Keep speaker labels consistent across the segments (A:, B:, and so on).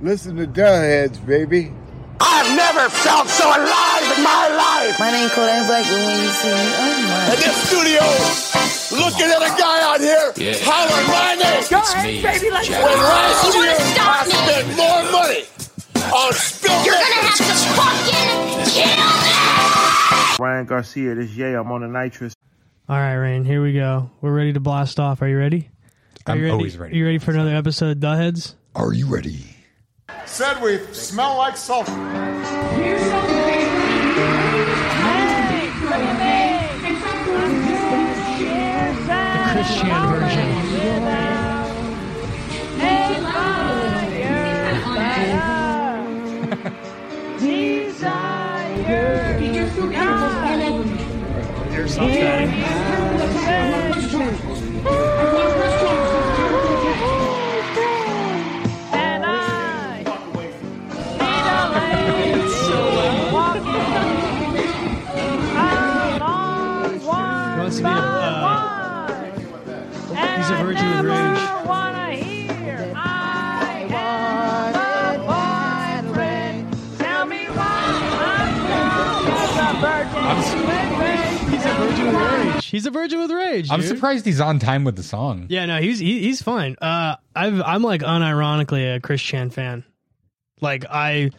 A: Listen to Dullheads, baby.
B: I've never felt so alive in my life.
C: My name Kodak Blackman when you see me. Oh my.
B: In this studio, looking at a guy out here
D: Yeah.
B: hollering my name.
D: It's me.
B: When last
E: You
B: year
E: wanna
B: I
E: stop me?
B: spent more money on spilled
E: You're gonna
B: liquor.
E: have to fucking kill me!
F: Ryan Garcia, this Jay. I'm on the nitrous.
G: All right, Rain. Here we go. We're ready to blast off. Are you ready? Are
H: I'm
G: you ready?
H: always ready.
G: Are you ready for another episode of Duheads?
H: Are you ready?
I: Said we smell like sulfur.
G: Christian version. He wants to be a, uh, he's a virgin with rage. He's a virgin with rage. He's a virgin with rage.
H: I'm
G: dude.
H: surprised he's on time with the song.
G: Yeah, no, he's he, he's fine. Uh, I've I'm like unironically a Chris Chan fan. Like I,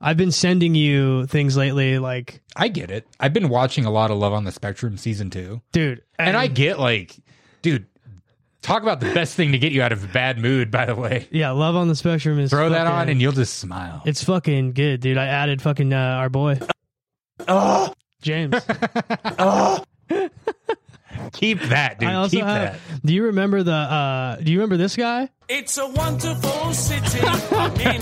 G: I've been sending you things lately. Like,
H: I get it. I've been watching a lot of Love on the Spectrum season two,
G: dude,
H: and I get like, dude, talk about the best thing to get you out of a bad mood. By the way,
G: yeah, love on the spectrum is
H: throw that
G: fucking-
H: on and you'll just smile.
G: It's fucking good, dude. I added fucking uh, our boy.
H: Ah!
G: James.
H: Keep that, dude.
G: I also
H: Keep
G: have,
H: that.
G: Do you remember the uh do you remember this guy?
J: It's a wonderful city in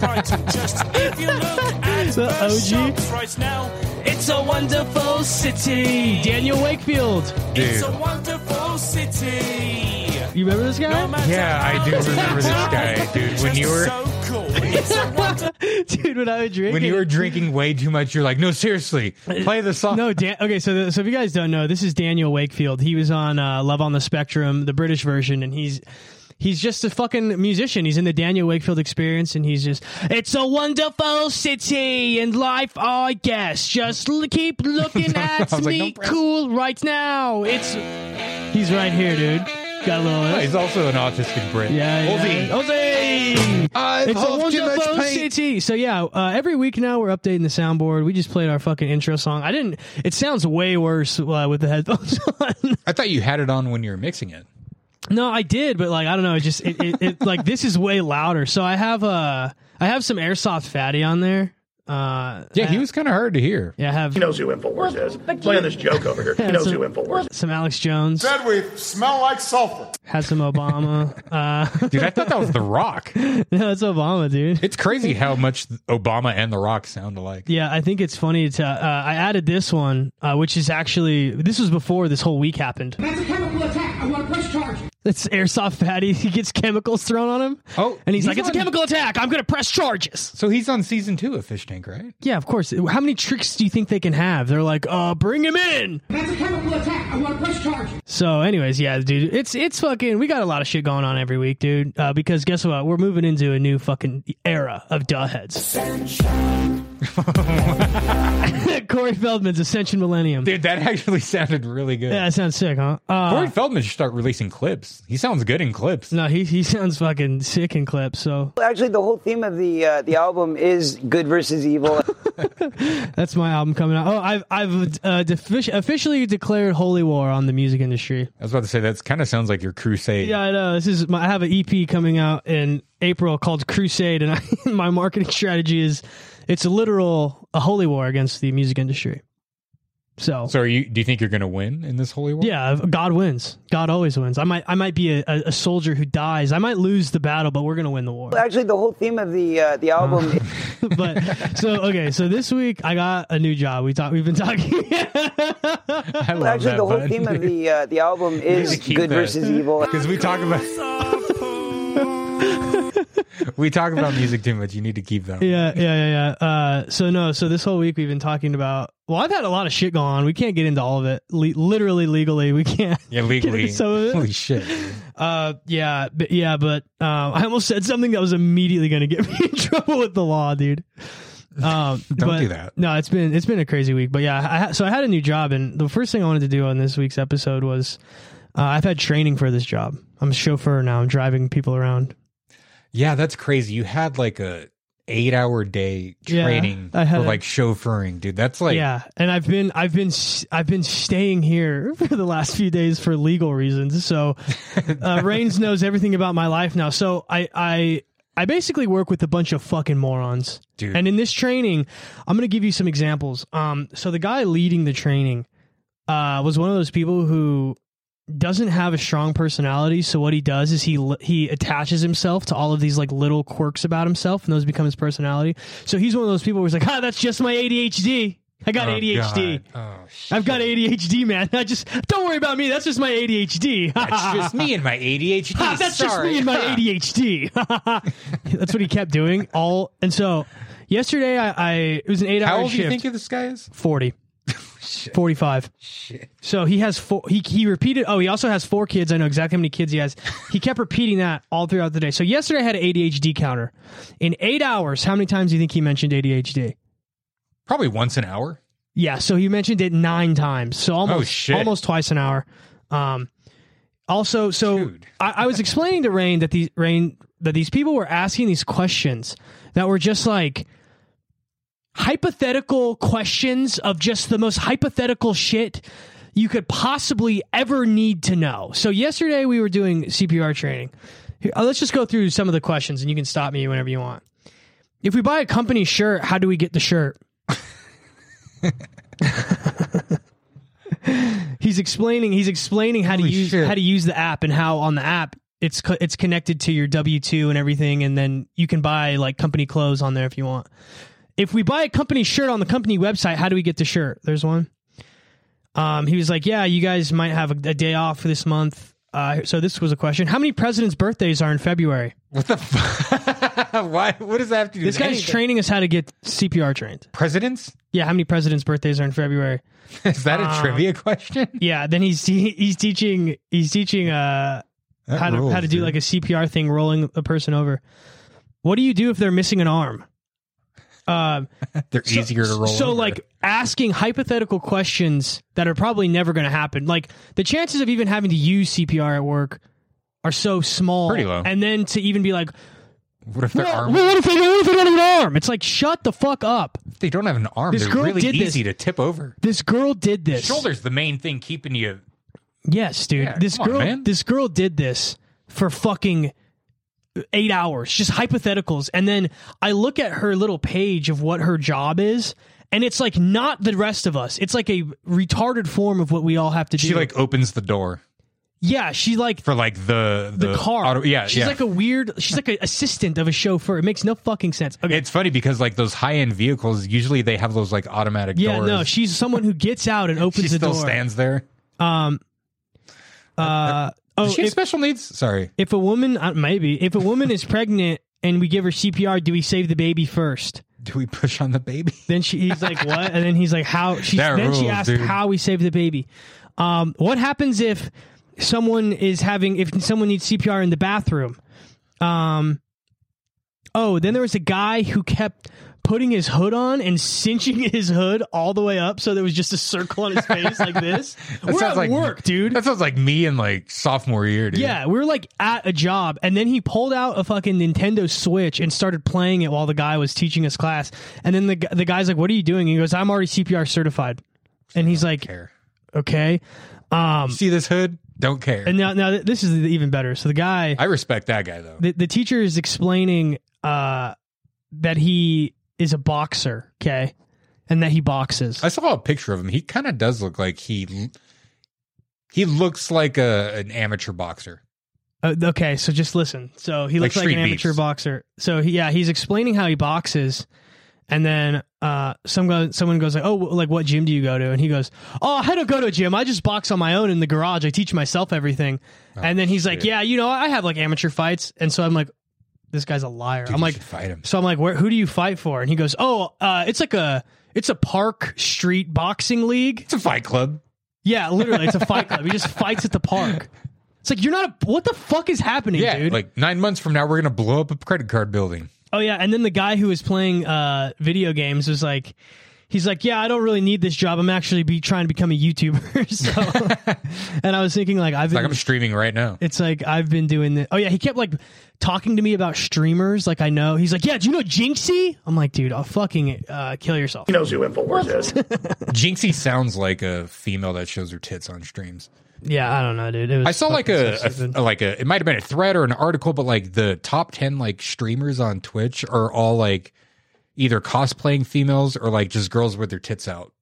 J: Brighton. Just if you look at
G: The
J: the
G: OG?
J: shops right now, it's a wonderful city.
G: Daniel Wakefield.
J: It's a wonderful city.
G: You remember this
J: No
G: guy?
J: matter
H: Yeah, I do
J: how
H: remember this
J: you
H: guy,
J: look,
H: dude.
J: it's
H: When you
J: just
H: were-
J: so cool. It's a wonderful
G: dude, when I was drinking.
H: When you were drinking way too much, you're like, no, seriously, play the song.
G: no, Dan- okay. So, the, so if you guys don't know, this is Daniel Wakefield. He was on uh, Love on the Spectrum, the British version, and he's he's just a fucking musician. He's in the Daniel Wakefield experience, and he's just it's a wonderful city and life, I guess. Just l- keep looking at
H: I was like,
G: me,
H: don't press-
G: cool, right now. It's he's right here, dude. Got a little.
H: He's also an autistic Brit.
G: Yeah, yeah.
H: Ozzy.
G: Ozzy!
H: I've
G: It's a
H: huffed too much
G: wonderful
H: paint.
G: city. So yeah, uh, every week now we're updating the soundboard. We just played our fucking intro song. I didn't. It sounds way worse uh, with the headphones on.
H: I thought you had it on when you were mixing it.
G: no, I did, but like I don't know. It just it, it, it like this is way louder. So I have uh I have some airsoft fatty on there. Uh,
H: Yeah, he
G: I-
H: was kind of hard to hear.
G: Yeah, I have
B: knows who InfoWars is. Playing this joke over here. He knows who InfoWars
G: some Alex Jones,
I: Said we smell like sulfur.
G: had some Obama. uh,
H: Dude, I thought that was The Rock.
G: that's Obama, dude.
H: It's crazy how much Obama and The Rock sound alike.
G: Yeah, I think it's funny to. Uh, I added this one, uh, which is actually this was before this whole week happened.
J: That's a chemical attack. I want a press charge.
G: It's airsoft fatty. He gets chemicals thrown on him.
H: Oh,
G: and he's,
H: he's
G: like, "It's a
H: on-
G: chemical attack. I'm gonna press charges."
H: So he's on season two of Fish Tank, right?
G: Yeah, of course. How many tricks do you think they can have? They're like, "Uh, bring him in."
J: That's a chemical attack. I want a press charge.
G: So, anyways, yeah, dude, it's it's fucking. We got a lot of shit going on every week, dude. Uh, because guess what? We're moving into a new fucking era of duhheads. Corey Feldman's Ascension Millennium.
H: Dude, that actually sounded really good.
G: Yeah, that sounds sick, huh? Uh,
H: Corey Feldman should start releasing clips. He sounds good in clips.
G: No, he he sounds fucking sick in clips. So
C: Actually, the whole theme of the uh, the album is good versus evil.
G: that's my album coming out. Oh, I've I've uh, defici- officially declared holy war on the music industry.
H: I was about to say that kind of sounds like your crusade.
G: Yeah, I know. This is my, I have an EP coming out in April called Crusade, and I, my marketing strategy is it's a literal a holy war against the music industry. So.
H: So, are you? Do you think you're going to win in this holy war?
G: yeah, God wins. God always wins. I might, I might be a, a, a soldier who dies. I might lose the battle, but we're gonna win the war.
C: Actually, the whole theme of the uh,
G: Oh,
C: the album.
G: but so okay, so this week I got a new job. We talk, we've been talking.
H: I love
C: Actually,
H: that
C: the whole
H: button.
C: theme of the uh, the album is
H: keep
C: good
H: that.
C: versus evil.
H: Because we talk about We talk about music too much. You need to keep them.
G: Yeah, yeah, yeah, yeah. Uh, so no, so this whole week we've been talking about. Well, I've had a lot of shit going on. We can't get into all of it. Le- literally, legally, we can't.
H: Yeah, legally.
G: Some of it.
H: Holy shit.
G: Uh, yeah, but yeah, but um, I almost said something that was immediately going to get me in trouble with the law, dude. Um,
H: Don't
G: but-
H: do that.
G: No, it's been it's been a crazy week, but yeah. I, ha- so I had a new job, and the first thing I wanted to do on this week's episode was uh, I've had training for this job. I'm a chauffeur now. I'm driving people around.
H: Yeah, that's crazy. You had like a eight hour day
G: Yeah,
H: training
G: I had
H: for
G: a-
H: like chauffeuring, dude. That's like
G: yeah, and I've been I've been s- I've been staying here for the last few days for legal reasons. So uh, Rains knows everything about my life now. So I I I basically work with a bunch of fucking morons.
H: Dude.
G: And in this training, I'm going to give you some examples. Um so the guy leading the training uh was one of those people who doesn't have a strong personality so what he does is he li- he attaches himself to all of these like little quirks about himself and those become his personality so he's one of those people who's like ah that's just my adhd i got
H: Oh,
G: adhd
H: God. Oh, shit.
G: i've got adhd man i just don't worry about me that's just my adhd
H: That's just me and my ADHD.
G: Ha, Ah, that's just
H: Sorry.
G: me and my
H: Ha.
G: ADHD. that's what he kept doing all. And so yesterday, I, I it was an eight
H: How
G: hour
H: old do
G: shift.
H: you think this guy is?
G: 40 45 so he has four he, he repeated oh he also has four kids i know exactly how many kids he has he kept repeating that all throughout the day so yesterday i had an adhd counter in eight hours how many times do you think he mentioned adhd
H: Probably once an hour.
G: yeah so he mentioned it nine times so almost
H: Oh, shit.
G: almost twice an hour um also so
H: Dude.
G: I, I was explaining to rain that these rain that these people were asking these questions that were just like hypothetical questions of just the most hypothetical shit you could possibly ever need to know. So yesterday we were doing CPR training. Here, uh, let's just go through some of the questions and you can stop me whenever you want. If we buy a company shirt, how do we get the shirt? he's explaining he's explaining how
H: Holy
G: to use
H: shit.
G: how to use the app and how on the app it's co- it's connected to your W2 and everything and then you can buy like company clothes on there if you want if we buy a company shirt on the company website, how do we get the shirt? There's one. Um, he was like, yeah, you guys might have a, a day off this month. Uh, so this was a question. How many presidents' birthdays are in February?
H: What the fuck? Why? What does that have to do?
G: This
H: with
G: guy's
H: anything?
G: training us how to get CPR trained.
H: presidents.
G: Yeah, how many presidents' birthdays are in February?
H: Is that a
G: Ah.
H: trivia question?
G: Yeah, then he's he, he's teaching he's teaching uh
H: That
G: how to
H: rules,
G: how to do
H: dude.
G: like a CPR thing, rolling a person over. What do you do if they're missing an arm? Um,
H: they're easier to roll.
G: So
H: over.
G: like asking hypothetical questions that are probably never going to happen. Like the chances of even having to use CPR at work are so small.
H: Pretty low.
G: And then to even be like,
H: what if their
G: well,
H: arm?
G: what if they don't what if they don't have an arm? It's like shut the fuck up.
H: if they don't have an arm.
G: This
H: They're
G: girl
H: really
G: did this.
H: easy to tip over.
G: This girl did this.
H: Shoulders the main thing keeping you.
G: Yes, dude.
H: Yeah,
G: this
H: come on,
G: girl
H: man.
G: this girl did this for fucking 8 hours, just hypotheticals. And then I look at her little page of what her job is. And it's like not the rest of us. It's like a retarded form of what we all have to do.
H: She like opens the door
G: yeah, she like
H: for like the
G: the, car.
H: auto- yeah,
G: she's
H: yeah.
G: like a weird. She's like an assistant of a chauffeur. It makes no fucking sense. Okay.
H: It's funny because like those high end vehicles, usually they have those like automatic
G: yeah,
H: doors.
G: no, she's someone who gets out and opens
H: she
G: the
H: still
G: door.
H: stands there.
G: Uh, oh,
H: Does she have
G: if,
H: special needs? Sorry.
G: if a woman, uh, maybe if a woman is pregnant and we give her CPR, do we save the baby first?
H: Do we push on the baby?
G: Then she, he's like, what? And then he's like, how? She,
H: That
G: then she
H: rules,
G: asked
H: dude.
G: how we save the baby. Um, what happens if someone is having if someone needs CPR in the bathroom? Um, oh, then there was a guy who kept putting his hood on and cinching his hood all the way up, so there was just a circle on his face like this. We're
H: sounds
G: at
H: like-
G: work, dude.
H: That sounds like me in like sophomore year, dude.
G: Yeah, we were like at a job, and then he pulled out a fucking Nintendo Switch and started playing it while the guy was teaching us class. And then the gu- the guy's like, "What are you doing?" He goes, "I'm already CPR certified," and he's like,
H: Care.
G: "Okay." Um,
H: See this hood? Don't care.
G: and now now th- this is even better. So the guy,
H: I respect that guy though.
G: the, the teacher is explaining uh, that he is a boxer, okay, and that he boxes.
H: I saw a picture of him. He kind of does look like he he looks like a an amateur boxer.
G: Uh, okay, so just listen. So he
H: Like
G: looks like an
H: street
G: amateur
H: beefs.
G: boxer. So he, yeah, he's explaining how he boxes, and then uh, some go, someone goes like, "Oh, wh- like what gym do you go to?" And he goes, "Oh, I don't go to a gym. I just box on my own in the garage. I teach myself everything." and then he's like,
H: Oh, shit.
G: "Yeah, you know, I have like amateur fights." And so I'm like, this guy's a liar.
H: Dude,
G: I'm
H: you
G: like,
H: should fight him.
G: so I'm like, where? Who do you fight for? And he goes, oh, uh, it's like a it's a park street boxing league.
H: It's a fight club.
G: Yeah, literally, it's a fight club. He just fights at the park. It's like you're not a what the fuck is happening,
H: Yeah,
G: dude?
H: like nine months from now, we're gonna blow up a credit card building.
G: Oh yeah, and then the guy who was playing uh, video games was like, he's like, yeah, I don't really need this job. I'm actually be trying to become a YouTuber. so, and I was thinking like, I've been,
H: Like I'm streaming right now.
G: it's like I've been doing this. Oh yeah, he kept like talking to me about streamers. Like I know he's like, yeah, do you know Jinxie? I'm like, dude, I'll fucking uh, kill yourself.
H: Jinxie sounds like a female that shows her tits on streams.
G: Yeah, I don't know, dude. Oh, It was
H: I saw like
G: fucking
H: a,
G: so stupid.
H: a- like a it might have been a thread or an article, but like the top ten like streamers on Twitch are all like either cosplaying females or like just girls with their tits out.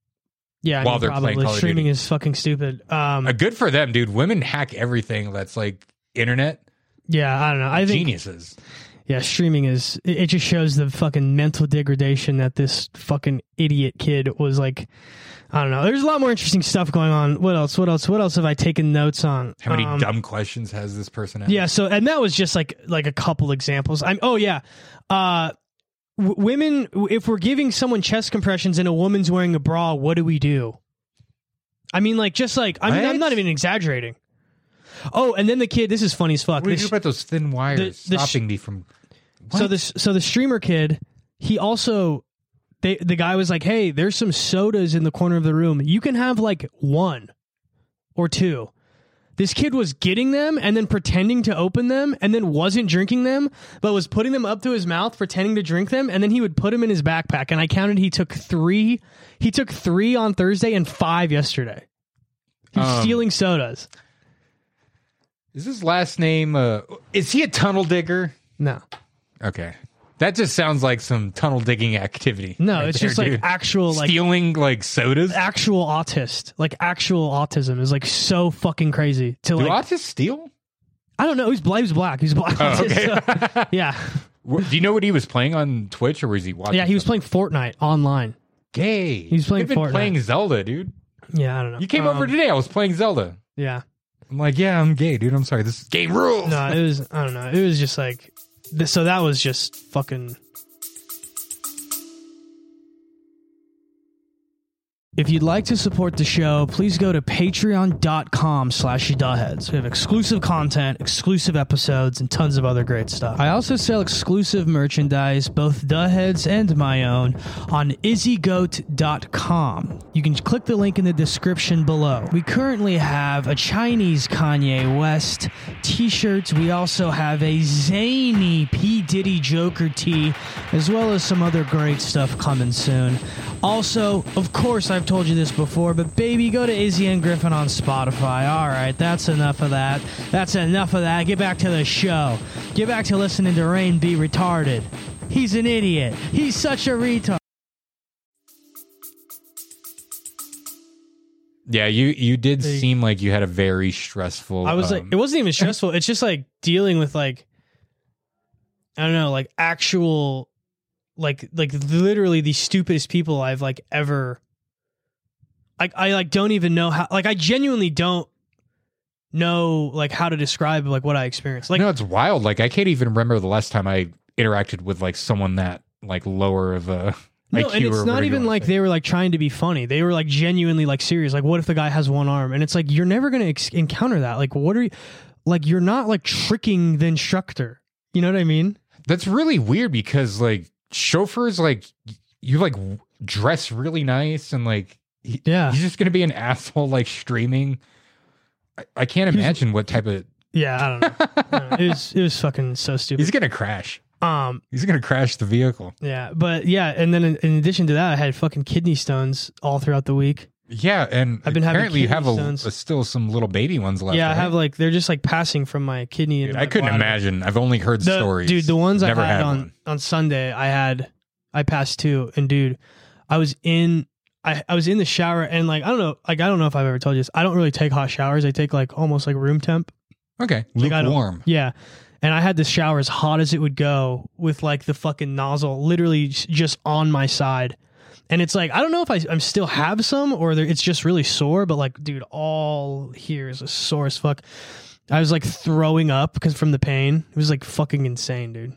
G: yeah, I
H: while
G: know,
H: they're playing
G: probably
H: Call of
G: streaming
H: Duty.
G: is fucking stupid. Um,
H: Uh, good for them, dude. Women hack everything that's like internet
G: yeah, I don't know. I think
H: geniuses.
G: Yeah, streaming is it it just shows the fucking mental degradation that this fucking idiot kid was like I don't know. There's a lot more interesting stuff going on. What else? What else? What else have I taken notes on?
H: How many
G: Um,
H: dumb questions has this person? Asked?
G: Yeah, so and that was just like like a couple examples. I'm oh yeah. Uh w- women if we're giving someone chest compressions and a woman's wearing a bra, what do we do? I mean like just like I mean I'm
H: What?
G: not even exaggerating. Oh, and then the kid, this is funny as fuck.
H: What do you
G: This-
H: do about those thin wires
G: the- the sh-
H: stopping me from?
G: So
H: What?
G: this so the streamer kid, he also they the guy was like, "Hey, there's some sodas in the corner of the room. You can have like one or two. This kid was getting them and then pretending to open them and then wasn't drinking them, but was putting them up to his mouth pretending to drink them and then he would put them in his backpack and I counted he took 3 he took 3 on Thursday and 5 yesterday. He's
H: Um,
G: stealing sodas.
H: Is his last name? Uh, is he a tunnel digger?
G: No.
H: Okay, that just sounds like some tunnel digging activity.
G: No,
H: right
G: it's
H: there,
G: just like
H: dude.
G: actual like
H: stealing like sodas.
G: actual autist, like actual autism, is like so fucking crazy. To
H: Do
G: like,
H: autists steal?
G: I don't know. He's black. He's black. He's a
H: Oh,
G: black autist. so- yeah,
H: Wh- Do you know what he was playing on Twitch or was he watching?
G: yeah. He was playing Fortnite online.
H: gay.
G: was playing
H: I've been
G: Fortnite.
H: playing Zelda, dude.
G: Yeah, I don't know.
H: You came
G: Um,
H: over today. I was playing Zelda.
G: Yeah,
H: I'm like, yeah, I'm gay, dude. I'm sorry. This game rules.
G: no, it was. I don't know. It was just like. th- So that was just fucking. If you'd like to support the show, please go to patreon.com slash heads. We have exclusive content, exclusive episodes, and tons of other great stuff. I also sell exclusive merchandise, both heads and my own, on izzygoat.com. You can click the link in the description below. We currently have a Chinese Kanye West t-shirts. We also have a zany P. Diddy Joker tee, as well as some other great stuff coming soon. Also, of course, I've told you this before, but baby, go to Izzy and Griffin on Spotify. All right, that's enough of that. That's enough of that. Get back to the show. Get back to listening to Rain be retarded. He's an idiot. He's such a retard.
H: Yeah, you you did
G: They-
H: seem like you had a very stressful.
G: I was like,
H: um,
G: it wasn't even stressful. It's just like dealing with like, I don't know, like actual, like like literally the stupidest people I've like ever. Like I like don't even know how. Like I genuinely don't know like how to describe like what I experienced. Like
H: no, it's wild. Like I can't even remember the last time I interacted with like someone that like lower of a
G: No,
H: IQ
G: and
H: or
G: it's
H: whatever
G: not
H: you
G: even
H: wanna
G: like
H: say.
G: they were like trying to be funny. They were like genuinely like serious. Like, what if the guy has one arm? And it's like you're never gonna ex- encounter that. Like, what are you? Like, you're not like tricking the instructor. You know what I mean?
H: That's really weird because like chauffeurs like y- you like w- dress really nice and like he,
G: Yeah.
H: he's just gonna be an asshole like streaming. I, I can't imagine what type of
G: Yeah, I don't know. I don't know. It was it was fucking so stupid.
H: he's gonna crash.
G: Um,
H: He's gonna crash the vehicle.
G: yeah, but yeah, and then in, in addition to that, I had fucking kidney stones all throughout the week.
H: Yeah, and
G: I've been having
H: apparently you
G: kidney
H: have a,
G: stones.
H: a- still some little baby ones left.
G: yeah, I
H: right?
G: have like they're just like passing from my kidney.
H: Dude,
G: and
H: I couldn't imagine. I've only heard
G: the,
H: stories.
G: Dude, the ones
H: Never
G: I had, on
H: one.
G: on Sunday, I had I passed two, and dude, I was in I, I was in the shower, and like I don't know, like I don't know if I've ever told you this. I don't really take hot showers. I take like almost like room temp.
H: Okay,
G: Like, I don't-
H: lukewarm.
G: Yeah. And I had the shower as hot as it would go with like the fucking nozzle literally s- just on my side. And it's like, I don't know if I I'm still have some or they're- it's just really sore, but like, dude, all here is sore as fuck. I was like throwing up because from the pain. It was like fucking insane, dude.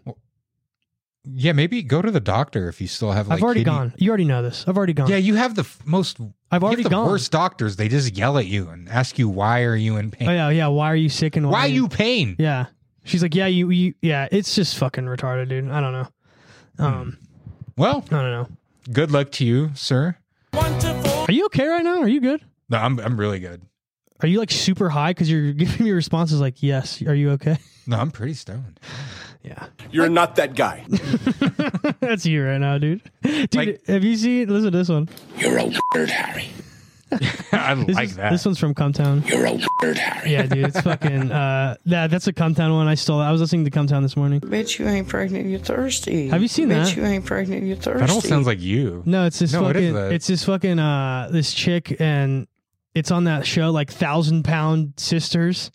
H: yeah, maybe go to the doctor if you still have. Like,
G: I've already
H: kidney-
G: gone. You already know this. I've already gone.
H: Yeah, you have the f- most.
G: I've
H: you have
G: already
H: the
G: gone.
H: Worst doctors, they just yell at you and ask you why are you in pain?
G: Oh, yeah, yeah. Why are you sick and why,
H: Why are you pain?
G: Yeah. She's like, yeah, you, you, yeah. It's just fucking retarded, dude. I don't know. Um,
H: Hmm. Well,
G: I don't know.
H: good luck to you, sir.
J: Wonderful.
G: Are you okay right now? Are you good?
H: No, I'm I'm really good.
G: Are you like super high? Because you're giving me responses like, yes. Are you okay?
H: No, I'm pretty stoned.
G: Yeah.
B: You're not that guy.
G: That's you right now, dude. Dude,
H: Like-
G: have you seen? Listen to this one.
B: You're a weird Harry.
H: I
G: This
H: like
G: is-
H: that.
G: This one's from Cumtown.
B: You're a weird Harry.
G: Yeah, dude, it's fucking. Uh, that that's a Cumtown one. I stole. that. I was listening to Cumtown this morning.
D: Bet you ain't pregnant, you're thirsty.
G: Have you seen
D: Bet
G: that?
D: you ain't pregnant, you're thirsty.
H: that all sounds like you.
G: No, it's this
H: No, what
G: fucking.
H: is that?
G: it's this fucking. Uh, this chick and it's on that show like Thousand Pound Sisters.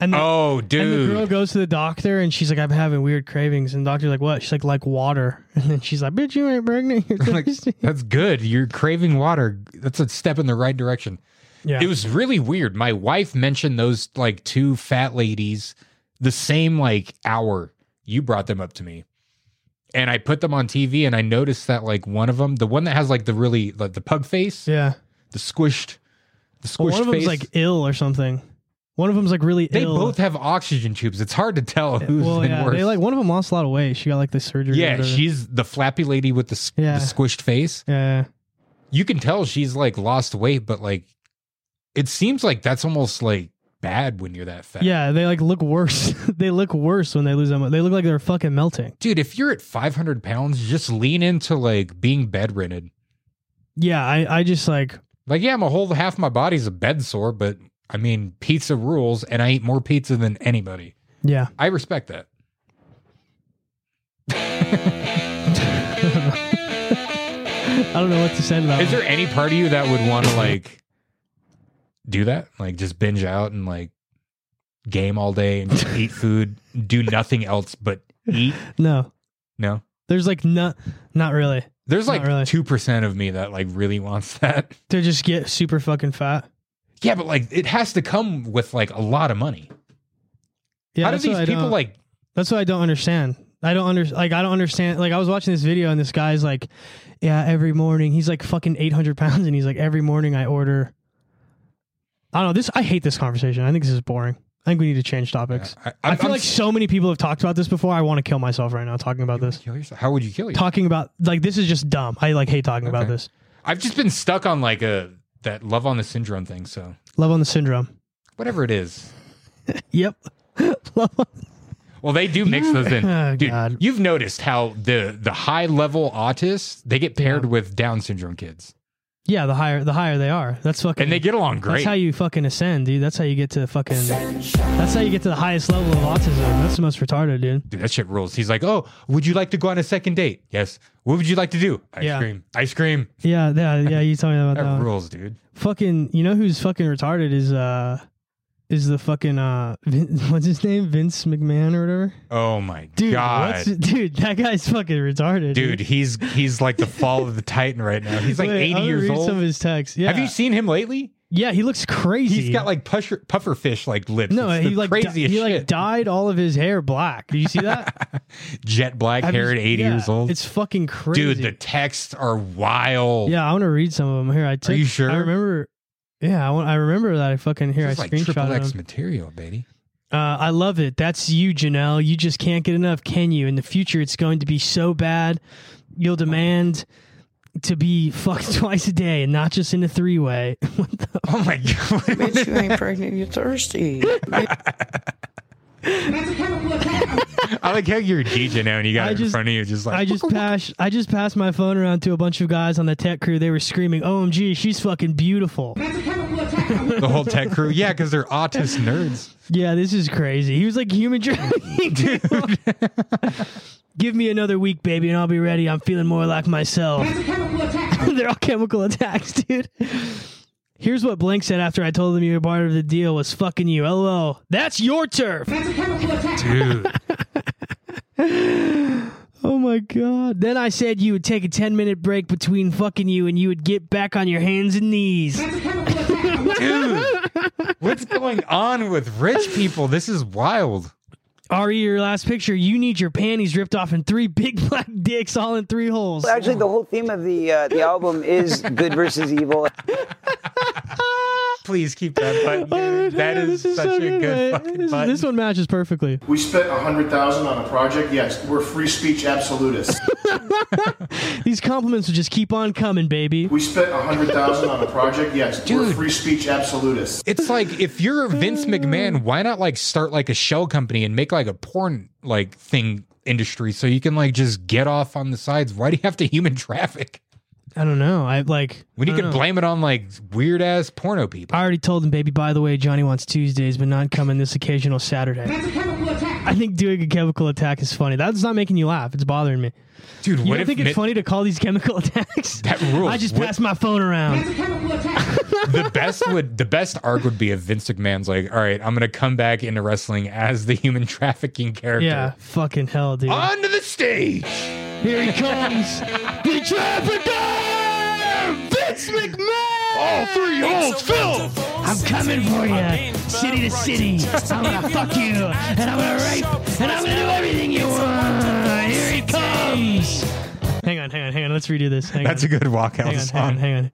G: And the,
H: Oh,
G: and the
H: dude.
G: girl goes to the doctor and she's like, "I'm having weird cravings." And the doctor's like, "What?" She's like, "Like water." And then she's like, "Bitch, you ain't pregnant. You're
H: like,
G: thirsty."
H: that's good. You're craving water. That's a step in the right direction.
G: yeah,
H: It was really weird. My wife mentioned those like two fat ladies the same like hour you brought them up to me. And I put them on TV and I noticed that like one of them, the one that has like the really like the pug face,
G: yeah.
H: the squished the squished
G: Well, one of them's
H: face.
G: like ill or something. One of them's like really
H: they
G: ill.
H: both have oxygen tubes. It's hard to tell who's
G: well,
H: been
G: yeah,
H: worse.
G: they like one of them lost a lot of weight. She got like the surgery. or
H: yeah,
G: whatever.
H: she's the flappy lady with the, s-
G: Yeah.
H: the squished face.
G: yeah.
H: you can tell she's like lost weight, but like it seems like that's almost like bad when you're that fat.
G: Yeah, they like look worse. they look worse when they lose that much. They look like they're fucking melting.
H: Dude, if you're at 500 pounds, just lean into like being bedridden.
G: Yeah, I, I just like
H: Like, yeah, I'm a whole half my body's a bed sore, but I mean, pizza rules, and I eat more pizza than anybody.
G: yeah.
H: I respect that.
G: I don't know what to say to that.
H: Is
G: one.
H: there any part of you that would want to like do that? Like, just binge out and like game all day and just eat food, do nothing else but eat?
G: no,
H: No.
G: there's like not not really.
H: There's
G: Not
H: like
G: really.
H: two percent of me that like really wants that.
G: To just get super fucking fat.
H: Yeah, but like it has to come with like a lot of money.
G: Yeah,
H: How do
G: that's what
H: these
G: I
H: people
G: don't-
H: like?
G: That's what I don't understand. I don't under like I don't understand. Like I was watching this video and this guy's like, yeah, every morning he's like fucking eight hundred pounds and he's like every morning I order. I don't know this. I hate this conversation. I think this is boring. I think we need to change topics.
H: I,
G: i
H: I'm-
G: feel
H: I'm-
G: like so many people have talked about this before. I want to kill myself right now talking about this.
H: kill yourself. How would you kill yourself?
G: Talking about like this is just dumb. I like hate talking about
H: Okay.
G: this.
H: I've just been stuck on like a that love on the syndrome thing. So
G: Love on the syndrome.
H: whatever it is,
G: Yep. Love on-
H: well they do mix those in.
G: Oh,
H: Dude,
G: God.
H: you've noticed how the the high level autists they get paired with Down syndrome kids,
G: yeah, the higher the higher they are. That's fucking.
H: and they get along great.
G: That's how you fucking ascend, dude. That's how you get to fucking. That's how you get to the highest level of autism. That's the most retarded, dude.
H: Dude, that shit rules. He's like, oh, would you like to go on a second date? Yes. What would you like to do? Ice
G: Yeah.
H: cream. Ice cream.
G: Yeah, yeah, yeah. You tell me about
H: That
G: that. one.
H: rules, dude.
G: Fucking. You know who's fucking retarded is uh, is the fucking uh, Vin, what's his name, Vince McMahon or whatever.
H: Oh my
G: Dude,
H: god.
G: what's- dude, that guy's fucking retarded,
H: dude he's he's like the fall of the titan right now he's like
G: Wait,
H: 80
G: I'm gonna
H: years
G: read
H: old
G: Some of his texts. Yeah.
H: have you seen him lately
G: Yeah, he looks crazy.
H: he's got like pusher, pufferfish like lips
G: no,
H: It's
G: he
H: the
G: like di-
H: craziest
G: he like
H: shit.
G: dyed all of his hair black. Did you see that?
H: jet black
G: Have you-
H: hair at 80
G: yeah,
H: years old
G: It's fucking crazy,
H: dude the texts are wild
G: yeah, I want to read some of them here. I took,
H: you sure?
G: I remember. Yeah, I, want, I remember that. I fucking here.
H: This is
G: I
H: like triple
G: screenshot
H: X
G: them.
H: material, baby.
G: Uh, I love it. That's you, Janelle. You just can't get enough, can you? In the future, it's going to be so bad, you'll demand to be fucked twice a day and not just in a three way. what the
H: Oh my god!
D: Bet you ain't pregnant, you're thirsty.
H: I like how you're a DJ now and you got
G: I
H: it in
G: just-
H: front of you, just like
G: I just passed. I just passed my phone around to a bunch of guys on the tech crew. They were screaming, "OMG, she's fucking beautiful!"
H: the whole tech crew. Yeah, because they're autist nerds.
G: Yeah, this is crazy. He was like human trafficking. dude. Give me another week, baby, and I'll be ready. I'm feeling more like myself. They're all chemical attacks, dude. Here's what Blank said after I told him you were part of the deal was fucking you. LOL. That's your turf.
H: Dude,
G: Oh my god. Then I said you would take a 10 minute break between fucking you and you would get back on your hands and knees.
H: dude, what's going on with rich people? This is wild.
G: Ari, your last picture, you need your panties ripped off in three big black dicks all in three holes.
C: Actually, the whole theme of the uh, the album is good versus evil.
H: Please keep that button. dude. that is, such a good, fucking
G: this,
H: button.
G: this one matches perfectly.
I: We spent a hundred thousand on a project. Yes, we're free speech absolutists.
G: These compliments will just keep on coming, baby.
I: We spent a hundred thousand on a project. Yes, we're
H: Dude.
I: free speech absolutists.
H: It's like if you're Vince McMahon, why not like start like a shell company and make like a porn like thing industry so you can like just get off on the sides? Why do you have to human traffic?
G: I don't know. I like
H: When you
G: I
H: can
G: don't know.
H: blame it on like weird ass porno people.
G: I already told him, baby. By the way, Johnny wants Tuesdays, but not coming this occasional Saturday. I think doing a chemical attack is funny. That's not making you laugh. It's bothering me.
H: Dude,
G: You
H: what
G: don't
H: if
G: think it's
H: Mitt-
G: funny to call these chemical attacks?
H: That rules.
G: I just
H: What-
G: passed my phone around.
H: the best would the best arc would be if Vince McMahon's like, all right, I'm gonna come back into wrestling as the human trafficking character.
G: Yeah, fucking hell, dude.
H: Onto the stage.
G: Here he comes.
H: The trafficker Vince McMahon All three holes filled.
G: I'm coming for you, city to city. I'm gonna fuck you, and I'm gonna rape, and I'm gonna do everything you want. Here he comes. Hang on, hang on, hang on. Let's redo this. Hang
H: That's a
G: on.
H: good walkout
G: hang on,
H: song.
G: hang on, hang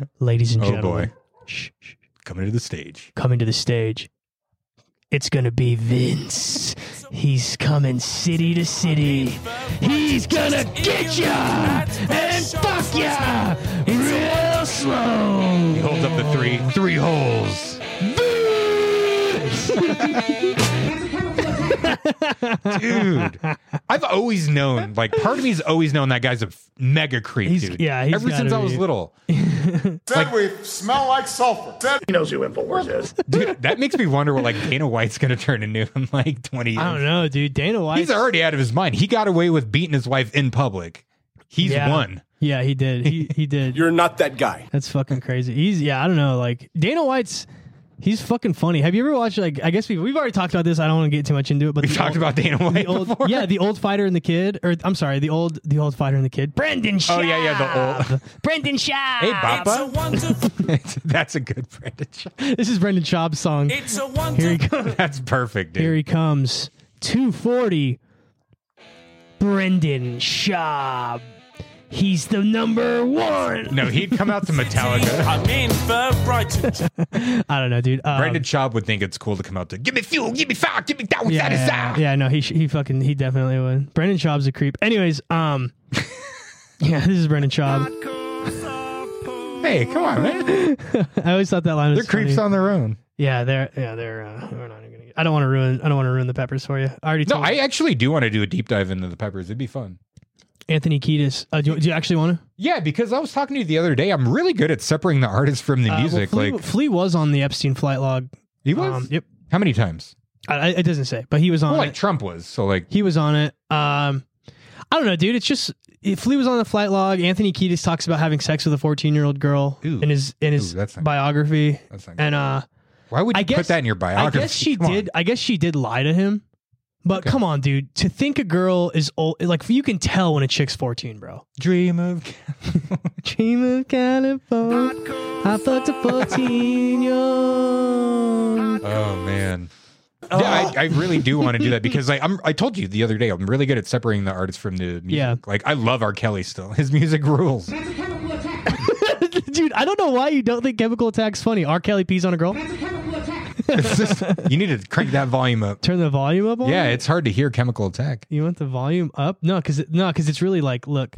G: on. Ladies and
H: Oh
G: gentlemen,
H: boy. Coming to the stage.
G: coming to the stage. It's gonna be Vince. He's coming city to city. He's gonna get ya and fuck ya real
H: He
G: slow.
H: holds up the three. Three holes. Dude, I've always known, like, part of me's always known that guy's a f- mega creep,
G: He's-
H: dude.
G: yeah, he's
H: ever
G: gotta
H: since I was
G: be.
H: little,
I: Said we smell like sulfur. Said
H: dude. That makes me wonder what like Dana White's gonna turn into in like twenty years.
G: I don't know, dude. Dana White.
H: He's already out of his mind. He got away with beating his wife in public. He's
G: Yeah.
H: won.
G: Yeah, he did. He he did.
B: You're not that guy.
G: That's fucking crazy. He's yeah, I don't know. Like Dana White's. He's fucking funny. Have you ever watched like I guess we we've already talked about this. I don't want to get too much into it, but
H: We
G: the
H: talked
G: old-
H: about Dana White
G: the old,
H: before.
G: yeah, the old fighter and the kid, or I'm sorry, the old the old fighter and the kid, Brendan Schaub.
H: Oh, yeah, yeah, the old-
G: Brendan Schaub.
H: Hey,
J: It's a
H: Papa.
J: wonderful.
H: That's a good Brandon. Schaub.
G: This is Brendan Schaub's song.
J: It's a
G: Here
J: wonderful.
G: he comes.
H: That's perfect, dude.
G: Here he comes. 240. Brendan Schaub. He's the number one.
H: no, he'd come out to Metallica.
J: I'm in for Brighton.
G: I don't know, dude. Um,
H: Brandon Schaub would think it's cool to come out to give me fuel, give me fire, give me down,
G: yeah,
H: that is
G: yeah,
H: out.
G: yeah, no, he sh- he fucking he definitely would. Brendan Schaub's a creep. Anyways, um, yeah, this is Brendan Schaub.
H: Hey, come on, man.
G: I always thought that line was
H: They're creeps
G: funny.
H: on their own.
G: Yeah, they're yeah they're. Uh, we're not even gonna. Get, I don't want to ruin. I don't want to ruin the peppers for you. I already
H: No,
G: told
H: I actually do want to do a deep dive into the peppers. It'd be fun.
G: Anthony Kiedis. Uh, do, you- do you actually want to?
H: Yeah, because I was talking to you the other day. I'm really good at separating the artist from the
G: Uh, well,
H: music.
G: Flea,
H: like
G: Flea was on the Epstein flight log.
H: he was.
G: Um, yep. Uh,
H: How many times?
G: I, I- it doesn't say, but he was on
H: Well,
G: it.
H: like Trump was. So like
G: he was on it. Um, I don't know, dude. It's just if Flea was on the flight log. Anthony Kiedis talks about having sex with a 14 year old girl
H: Ooh.
G: in his in his
H: Ooh, that's not-
G: biography,
H: that's not good.
G: and uh,
H: Why would you
G: I guess
H: put that in your biography?
G: I guess she
H: Come on.
G: did. I guess she did lie to him. But come on, dude. To think a girl is old, like you can tell when a chick's 14, bro.
H: Dream of
G: Dream of California. I fucked a 14 year old.
H: Oh man. Yeah, I, I really do want to do that because like, I'm. I told you the other day, I'm really good at separating the artist from the music.
G: Yeah.
H: Like I love R. Kelly still. His music rules.
G: Dude, I don't know why you don't think chemical attack's funny. R. Kelly pees on a girl.
H: It's just- you need to crank that volume up.
G: Turn the volume up on
H: Yeah,
G: it?
H: it's hard to hear Chemical Attack.
G: You want the volume up? No, because no, because it's really like look.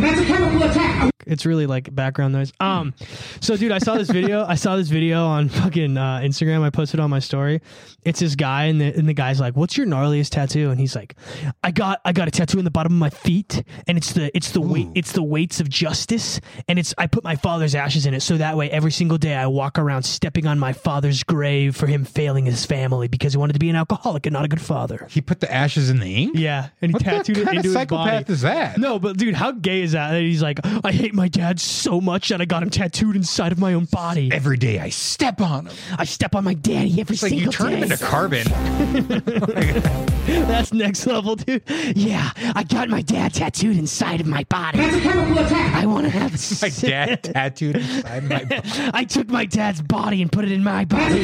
G: It's really like background noise. Um, so dude, I saw this video. I saw this video on fucking uh, Instagram. I posted on my story. It's this guy, and the and the guy's like, "What's your gnarliest tattoo?" And he's like, "I got I got a tattoo on the bottom of my feet, and it's the it's the weight it's the weights of justice, and it's I put my father's ashes in it, so that way every single day I walk around stepping on my father's grave for him failing his family because he wanted to be an alcoholic and not a good father."
H: He put the ashes in the ink.
G: Yeah, and he
H: What
G: tattooed
H: the
G: it
H: kind
G: into
H: of
G: his body.
H: psychopath is that?
G: No, but dude, how gay is that? That he's like, I hate my dad so much that I got him tattooed inside of my own body.
H: Every day I step on him.
G: I step on my daddy every
H: It's like
G: single
H: you turn
G: day.
H: him into carbon.
G: That's next level, dude. Yeah, I got my dad tattooed inside of my body. I want to have
H: My dad tattooed inside my.
G: I took my dad's body and put it in my body.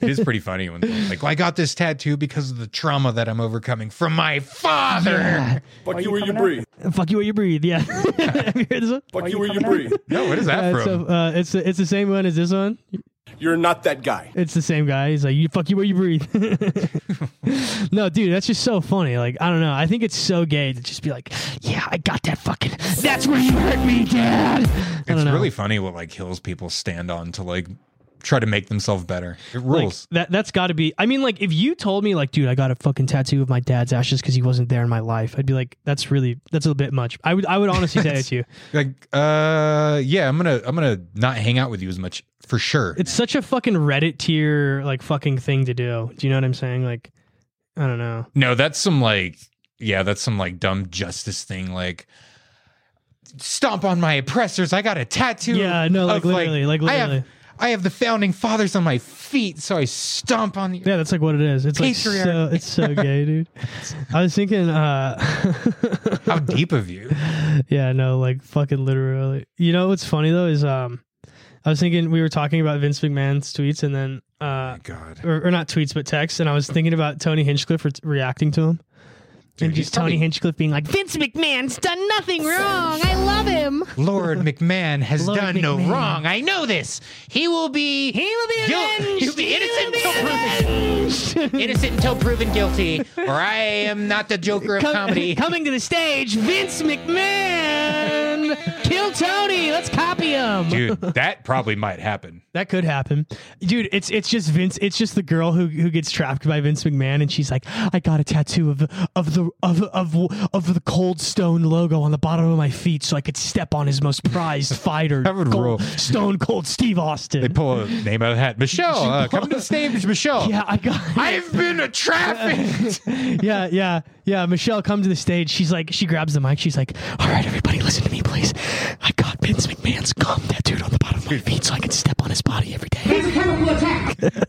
H: It is pretty funny when they're like, well, I got this tattoo because of the trauma that I'm overcoming from my father.
I: Fuck you where you breathe.
G: Fuck you where you breathe. Yeah. Have you heard this one?
I: Fuck you where you breathe.
H: No, what is that
G: Uh, it's,
H: from?
G: a- uh, it's the- it's the same one as this one.
I: You're not that guy.
G: It's the same guy. He's like, you fuck you where you breathe. no, dude, that's just so funny. Like, I don't know. I think it's so gay to just be like, yeah, I got that fucking. That's where you hurt me, dad. I
H: it's
G: don't know.
H: really funny what like hills people stand on to like try to make themselves better. It
G: Like,
H: rules.
G: that that's got to be. I mean, like if you told me, like, dude, I got a fucking tattoo of my dad's ashes because he wasn't there in my life, I'd be like, that's really that's a bit much. I would I would honestly say that to you.
H: Like, uh, yeah, I'm gonna I'm gonna not hang out with you as much for sure.
G: It's such a fucking Reddit tier like fucking thing to do. Do you know what I'm saying? Like, I don't know.
H: No, that's some like yeah, that's some like dumb justice thing. Like stomp on my oppressors. I got a tattoo.
G: Yeah, no, like,
H: of,
G: literally, like,
H: I have,
G: literally.
H: I have the founding fathers on my feet, so I stomp on you.
G: Yeah, that's like what it is. It's like so,
H: Patriarchy.
G: it's so gay, dude. I was thinking, uh,
H: How deep of you?
G: yeah, no, like fucking literally. You know what's funny though is, um, I was thinking we were talking about Vince McMahon's tweets and then, uh,
H: Oh God,
G: or, or not tweets but texts, and I was thinking about Tony Hinchcliffe re- reacting to him. and
H: he's
G: just Tony
H: probably-
G: Hinchcliffe being like, Vince McMahon's done nothing wrong. I love him.
H: Lord McMahon has
G: Lord
H: done no
G: McMahon.
H: wrong. I know this. He will be. He will be
G: avenged.
H: He'll be
G: He will
H: innocent
G: be
H: until proven innocent until proven guilty. Or I am not the Joker of comedy.
G: Coming to the stage, Vince McMahon. Kill Tony. Let's copy him.
H: Dude, that probably might happen.
G: That could happen, dude. It's it's just Vince. It's just the girl who who gets trapped by Vince McMahon, and she's like, "I got a tattoo of of the of of of the Cold Stone logo on the bottom of my feet, so I could step on his most prized fighter,
H: That would
G: Cold-
H: rule.
G: Stone Cold Steve Austin."
H: They pull a name out of the hat. Michelle, uh, come to the stage, Michelle.
G: yeah, I got.
H: I've been a traffic.
G: yeah, yeah, yeah. Michelle come to the stage. She's like, she grabs the mic. She's like, all right, everybody, listen to me, please. I got Vince McMahon's cum tattooed on the bottom of my feet, so I can step on his body every day.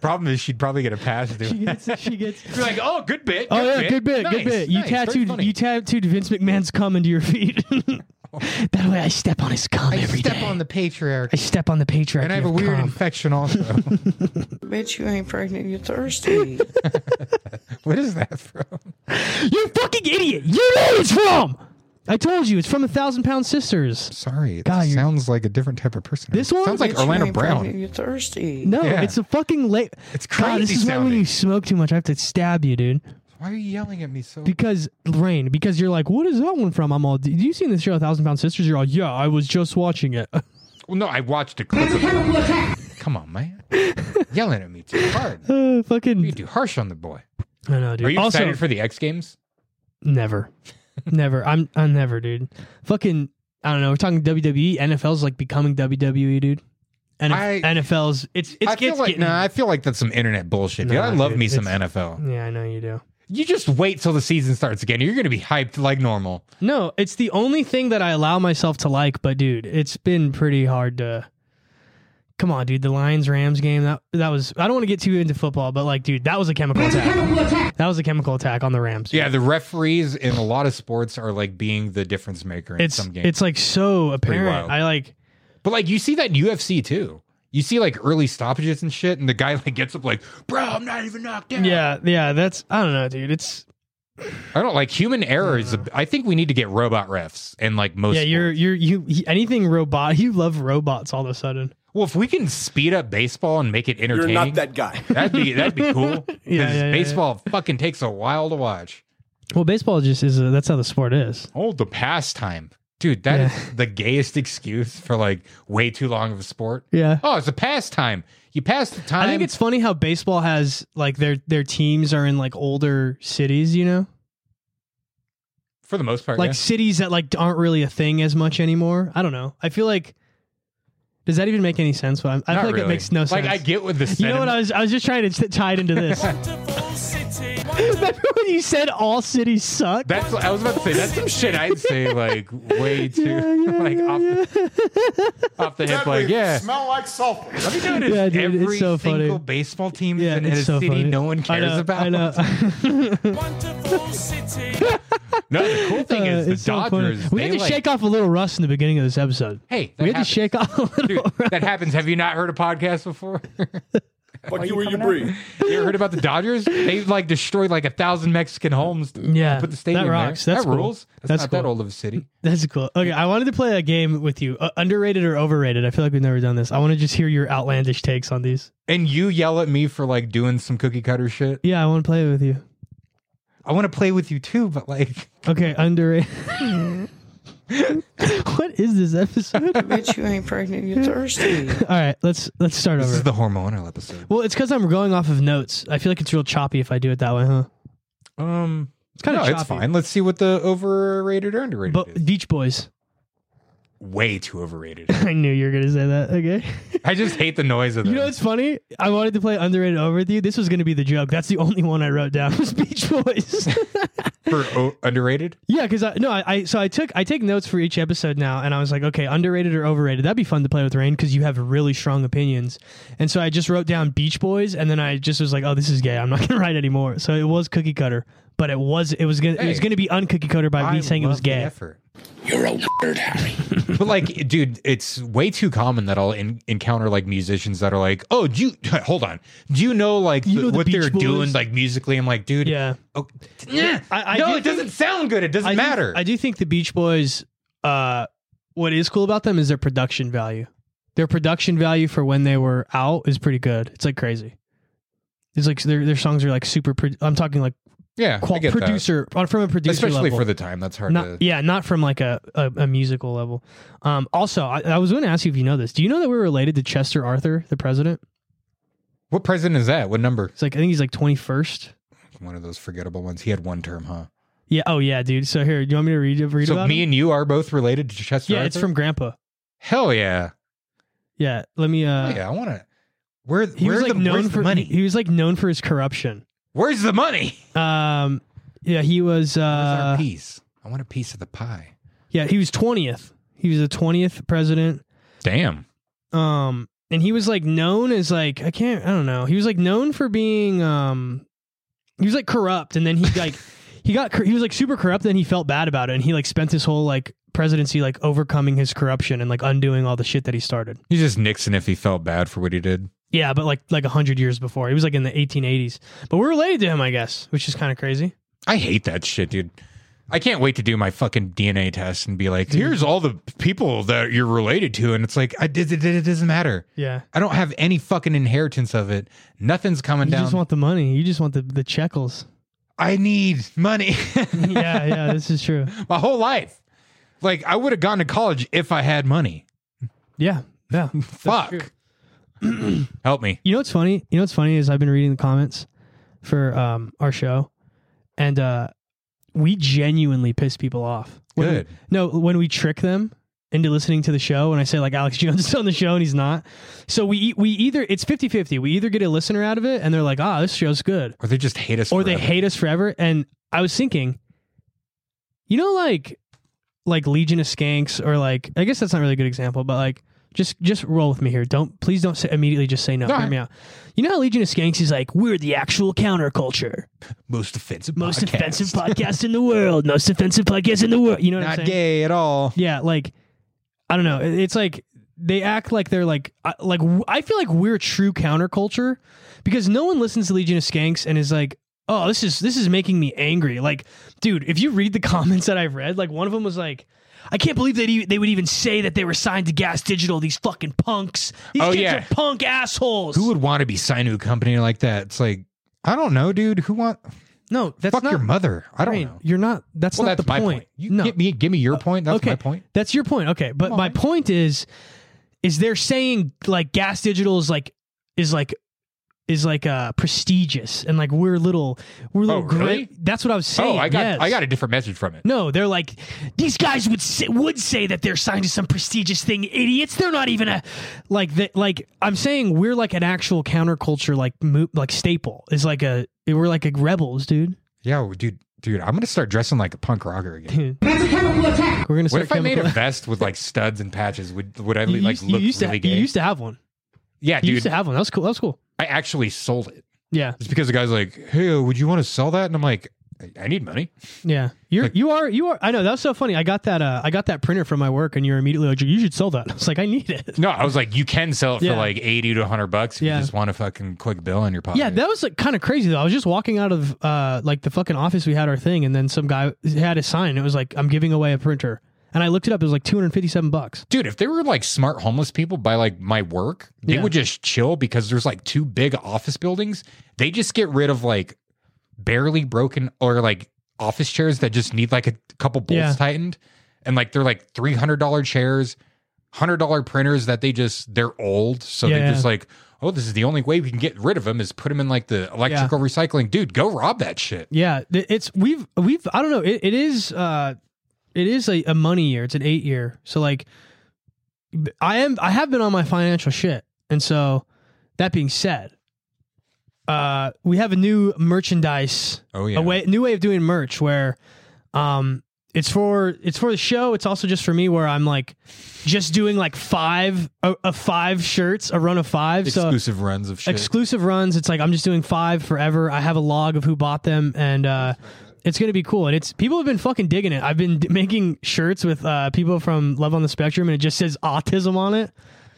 H: Problem is, she'd probably get a pass. Dude.
G: She
H: Be
G: gets, she gets.
H: like, oh, good bit.
G: Oh yeah, good bit, good
H: Nice,
G: bit. You
H: nice, very
G: tattooed,
H: funny.
G: you tattooed Vince McMahon's cum into your feet. that way, I step on his cum every day.
H: the patriarch.
G: I step on the patriarchy.
H: And I have a
G: of
H: weird
G: cum.
H: infection also.
D: Bitch, you ain't pregnant, you're thirsty.
H: what is that from?
G: you fucking idiot! You know where it's from. I told you, it's from a thousand pound sisters.
H: Sorry, it
G: God, you're-
H: sounds like a different type of person.
G: This one?
H: sounds like
D: Bitch, you
H: Orlando
D: ain't pregnant,
H: Brown.
D: You're thirsty.
G: No,
H: Yeah.
G: it's a fucking late.
H: It's
G: God, this
H: crazy
G: is why when
H: sounding.
G: you smoke too much, I have to stab you, dude.
H: Why are you yelling at me so?
G: Because rain. Because you're like, what is that one from? I'm all. Did you seen the show, Thousand Pound Sisters? You're all, yeah, I was just watching it.
H: well, Oh, no, I watched a clip. Of it. Come on, man, yelling at me too hard.
G: Uh, fucking.
H: You too harsh on the boy.
G: I don't know, dude.
H: Are you
G: also,
H: excited for the X Games?
G: Never. never. I'm I'm never, dude. Fucking I don't know. We're talking E. WWE. NFL's like becoming WWE, dude. NF-
H: I-
G: NFL's it's it's,
H: I feel
G: it's
H: like
G: getting
H: nah, I feel like that's some internet bullshit. dude.
G: Nah,
H: I love
G: dude,
H: me some
G: it's-
H: NFL.
G: Yeah, I know you do.
H: You just wait till the season starts again. You're gonna be hyped like normal.
G: No, it's the only thing that I allow myself to like, but dude, it's been pretty hard to Come on, dude. The Lions Rams game that that was. I don't want to get too into football, but like, dude, that was a chemical attack. That was a chemical attack on the Rams. dude.
H: Yeah, the referees in a lot of sports are like being the difference maker in
G: it's
H: some games.
G: it's like so apparent.
H: wild.
G: I like.
H: But like you see that in UFC too. You see like early stoppages and shit, and the guy like gets up like, bro, I'm not even knocked down.
G: Yeah, yeah. That's I don't know, dude. It's
H: I don't like human error is. a- I think we need to get robot refs and like most.
G: Yeah, you're
H: sports.
G: you're you he- anything robot. You love robots all of a sudden.
H: Well, if we can speed up baseball and make it
I: You're
H: entertaining,
I: not that guy.
H: would be that'd be cool. Because
G: yeah, yeah, yeah.
H: baseball fucking takes a while to watch.
G: Well, baseball just is a, that's how the sport is.
H: Oh, the pastime, dude. That is the gayest excuse for like way too long of a sport.
G: Yeah.
H: Oh, it's a pastime. You pass the time.
G: I think it's funny how baseball has like their their teams are in like older cities, you know?
H: for the most part.
G: Like
H: yeah.
G: cities that like aren't really a thing as much anymore. I don't know. I feel like does that even make any sense? But I'm, I
H: Not
G: feel like it
H: really.
G: makes no sense.
H: Like I get with the
G: You know what
H: sentiment-
G: I was I was just trying to t- tie it into this.
J: Wonderful city.
G: Remember when you said all cities suck?
H: That's I was about to say. That's some shit I'd say like way too like off, The, off the hip. Like yeah.
I: Smell like sulfur.
H: Have you noticed
G: Yeah, dude, it's
H: every
G: so funny.
H: single baseball team
G: yeah,
H: is in
G: it's
H: a
G: so
H: city
G: funny.
H: no one
G: I
H: cares
G: know,
H: about?
G: I know.
J: Wonderful city.
H: No, the cool thing
G: Uh,
H: is the
G: it's so funny.
H: Dodgers.
G: we
H: they
G: had to
H: like,
G: shake off a little rust in the beginning of this episode.
H: Hey, that
G: we had
H: happens.
G: to shake off a little
H: Dude,
G: rust.
H: that happens. Have you not heard a podcast before?
K: Fuck you where you breathe.
H: You ever heard about the Dodgers? They like destroyed like a thousand Mexican homes. to
G: Yeah,
H: put the stadium
G: that
H: there.
G: rocks. That's
H: that
G: cool.
H: rules. That's,
G: That's
H: not that
G: cool.
H: old of a city.
G: That's cool. Okay, I wanted to play a game with you. Uh, underrated or overrated? I feel like we've never done this. I want to just hear your outlandish takes on these.
H: And you yell at me for like doing some cookie cutter shit.
G: Yeah, I want to play with you.
H: I want to play with you too, but like
G: Okay, underrated. what is this episode? All
D: Bet you ain't pregnant. You're thirsty.
G: right, let's let's start
H: this
G: over.
H: is the hormonal episode.
G: well, it's because I'm going off of notes. I feel like it's real choppy if I do it that way, huh?
H: Um, it's
G: kinda
H: no, it's
G: choppy.
H: fine. Let's see what the overrated or underrated
G: But
H: is.
G: Beach Boys.
H: Way too overrated.
G: I knew you were gonna say that. Okay.
H: I just hate the noise of
G: You
H: them.
G: know what's funny? I wanted to play underrated over with you. This was going to be the joke. That's the only one I wrote down was Beach Boys.
H: for o- underrated.
G: yeah, because I no, I, I so I took I take notes for each episode now, and I was like, okay, underrated or overrated? That'd be fun to play with Rain because you have really strong opinions. And so I just wrote down Beach Boys, and then I just was like, oh, this is gay. I'm not going to write anymore. So it was cookie cutter, but it was it was gonna it was
H: Hey.
G: going to be uncookie cutter by
H: I
G: me saying it
H: love
G: was
H: the
G: gay.
H: effort.
B: You're a weird Harry.
H: But like, dude, it's way too common that I'll en- encounter like musicians that are like, "Oh, do you hold on? Do you know like
G: You
H: the-
G: know the
H: what they're
G: Beach Boys?
H: doing like musically?" I'm like, dude,
G: Yeah.
H: oh, yeah.
G: I- I
H: no,
G: do
H: it doesn't sound good. It doesn't
G: I do-
H: matter.
G: I do think the Beach Boys. Uh, what is cool about them is their production value. Their production value for when they were out is pretty good. It's like crazy. It's like their their songs are like super. Pro- I'm talking like
H: yeah, I
G: qual-
H: get that.
G: producer on from a producer
H: especially
G: level.
H: for the time. That's hard
G: Not,
H: to.
G: yeah, not from like a, a, a musical level. Um, also, I, I was going to ask you if you know this. Do you know that we're related to Chester Arthur, the president?
H: What president is that? What number?
G: It's like I think he's like twenty first.
H: One of those forgettable ones. He had one term, huh?
G: Yeah. Oh yeah, dude. So here, do you want me to read read
H: so
G: about
H: me
G: him?
H: and you are both related to Chester.
G: yeah, it's
H: Arthur?
G: from Grandpa.
H: Hell yeah,
G: Yeah. Let me. Uh,
H: Hell Oh, yeah. I want to. Where
G: he
H: where's
G: was like
H: the,
G: known
H: where's
G: for
H: the money?
G: He, he was like known for his corruption.
H: where's the money?
G: Um, yeah, he was.
H: where's our
G: Uh,
H: piece? I want a piece of the pie.
G: yeah, he was twentieth. He was the twentieth president.
H: Damn.
G: Um, and he was like known as like I can't I don't know. He was like known for being um, he was like corrupt, and then he like he got cor- he was like super corrupt, and he felt bad about it, and he like spent his whole like presidency like overcoming his corruption and like undoing all the shit that he started.
H: He's just Nixon if he felt bad for what he did.
G: Yeah, but like like a hundred years before, he was like in the 1880s. But we're related to him, I guess, which is kind of crazy.
H: I hate that shit, dude. I can't wait to do my fucking DNA test and be like, here's all the people that you're related to. And it's like, I did it, it doesn't matter.
G: Yeah.
H: I don't have any fucking inheritance of it. Nothing's coming
G: You
H: down.
G: just want the money. You just want the the checkles.
H: I need money
G: yeah, yeah, this is true.
H: my whole life. Like, I would have gone to college if I had money.
G: Yeah, yeah.
H: Fuck. Help me.
G: You know what's funny? You know what's funny is I've been reading the comments for um our show, and uh we genuinely piss people off. When
H: Good.
G: we- no, when we trick them into listening to the show and I say like Alex Jones is on the show and he's not. So we e, we either it's 50-50. We either get a listener out of it and they're like, "Ah, this show's good."
H: Or they just hate us.
G: or they
H: forever.
G: hate us forever. And I was thinking, you know, like like Legion of Skanks, or like I guess that's not really a good example, but like just just roll with me here. Don't please don't say, immediately just say no.
H: All
G: Hear
H: right.
G: me out. You know how Legion of Skanks is like we're the actual counterculture,
H: most offensive.
G: most
H: podcast.
G: offensive podcast in the world, most offensive podcast in the world. You know what I'm
H: Not
G: saying?
H: gay at all.
G: Yeah, like I don't know. It- It's like they act like they're like I- like w- I feel like we're true counterculture because no one listens to Legion of Skanks and is like, "Oh, this is this is making me angry." Like, dude, if you read the comments that I've read, like one of them was like I can't believe that e- they would even say that they were signed to Gas Digital. These fucking punks. These
H: Oh,
G: kids
H: yeah.
G: are punk assholes.
H: Who would want to be signed to a company like that? It's like, I don't know, dude. Who want?
G: no, that's
H: fuck
G: not
H: your mother. I don't
G: Rain,
H: know.
G: You're not. That's
H: Well,
G: not
H: that's
G: the
H: my
G: point.
H: point. You
G: no. Uh,
H: give me give me your point. That's
G: okay.
H: my point.
G: That's your point. Okay, but my point is, is they're saying like Gas Digital is like is like is like uh prestigious and like we're little we're little
H: Oh, really?
G: great. That's what I was saying.
H: oh, I got
G: yes.
H: I got a different message from it.
G: No, they're like these guys would say, would say that they're signed to some prestigious thing. Idiots, they're not even a like that. Like I'm saying, we're like an actual counterculture, like mo- like staple is like a we're like a rebels, dude.
H: Yeah, well, dude, dude, I'm gonna start dressing like a punk rocker again.
G: We're gonna
H: what
G: start.
H: if I made
G: chemical-
H: a vest with like studs and patches? Would would I
G: You
H: like
G: used- you
H: look
G: used to-
H: really
G: You
H: gay?
G: used to have one.
H: yeah,
G: You used
H: dude,
G: to have one. That was cool. That was cool.
H: I actually sold it.
G: Yeah.
H: It's because the guy's like, "Hey, would you want to sell that?" And I'm like, I, I need money.
G: Yeah, you're you are you are. I know that was so funny. I got that uh, I got that printer from my work, and you're immediately like, you should sell that. I was like, I need it.
H: No, I was like, you can sell it for
G: Yeah.
H: like eighty to hundred bucks if
G: Yeah.
H: you just want a fucking quick bill in your pocket.
G: Yeah, that was like kind of crazy though. I was just walking out of uh like the fucking office we had our thing, and then some guy had a sign. And it was like, I'm giving away a printer, and I looked it up. It was like 257 bucks.
H: Dude, if they were like smart homeless people by like my work, they
G: Yeah.
H: would just chill because there's like two big office buildings. They just get rid of like barely broken or like office chairs that just need like a couple bolts
G: Yeah.
H: tightened. And like they're like $300 chairs, $100 printers that they just, they're old. So
G: Yeah,
H: they're
G: yeah.
H: just like, oh, this is the only way we can get rid of them is put them in like the electrical recycling. Dude, go rob that shit.
G: Yeah, th- it's we've we've I don't know. It, it is uh, it is a, a money year. It's an eight year. So like, b- I am I have been on my financial shit, and so that being said, uh, we have a new merchandise,
H: Oh, yeah.
G: a way new way of doing merch where, um. It's for it's for the show. It's also just for me, where I'm like, just doing like five a, a five shirts, a run of five. so
H: Exclusive runs of shit.
G: exclusive runs. It's like I'm just doing five forever. I have a log of who bought them, and uh, it's gonna be cool. And it's people have been fucking digging it. I've been d- making shirts with uh, people from Love on the Spectrum, and it just says autism on it.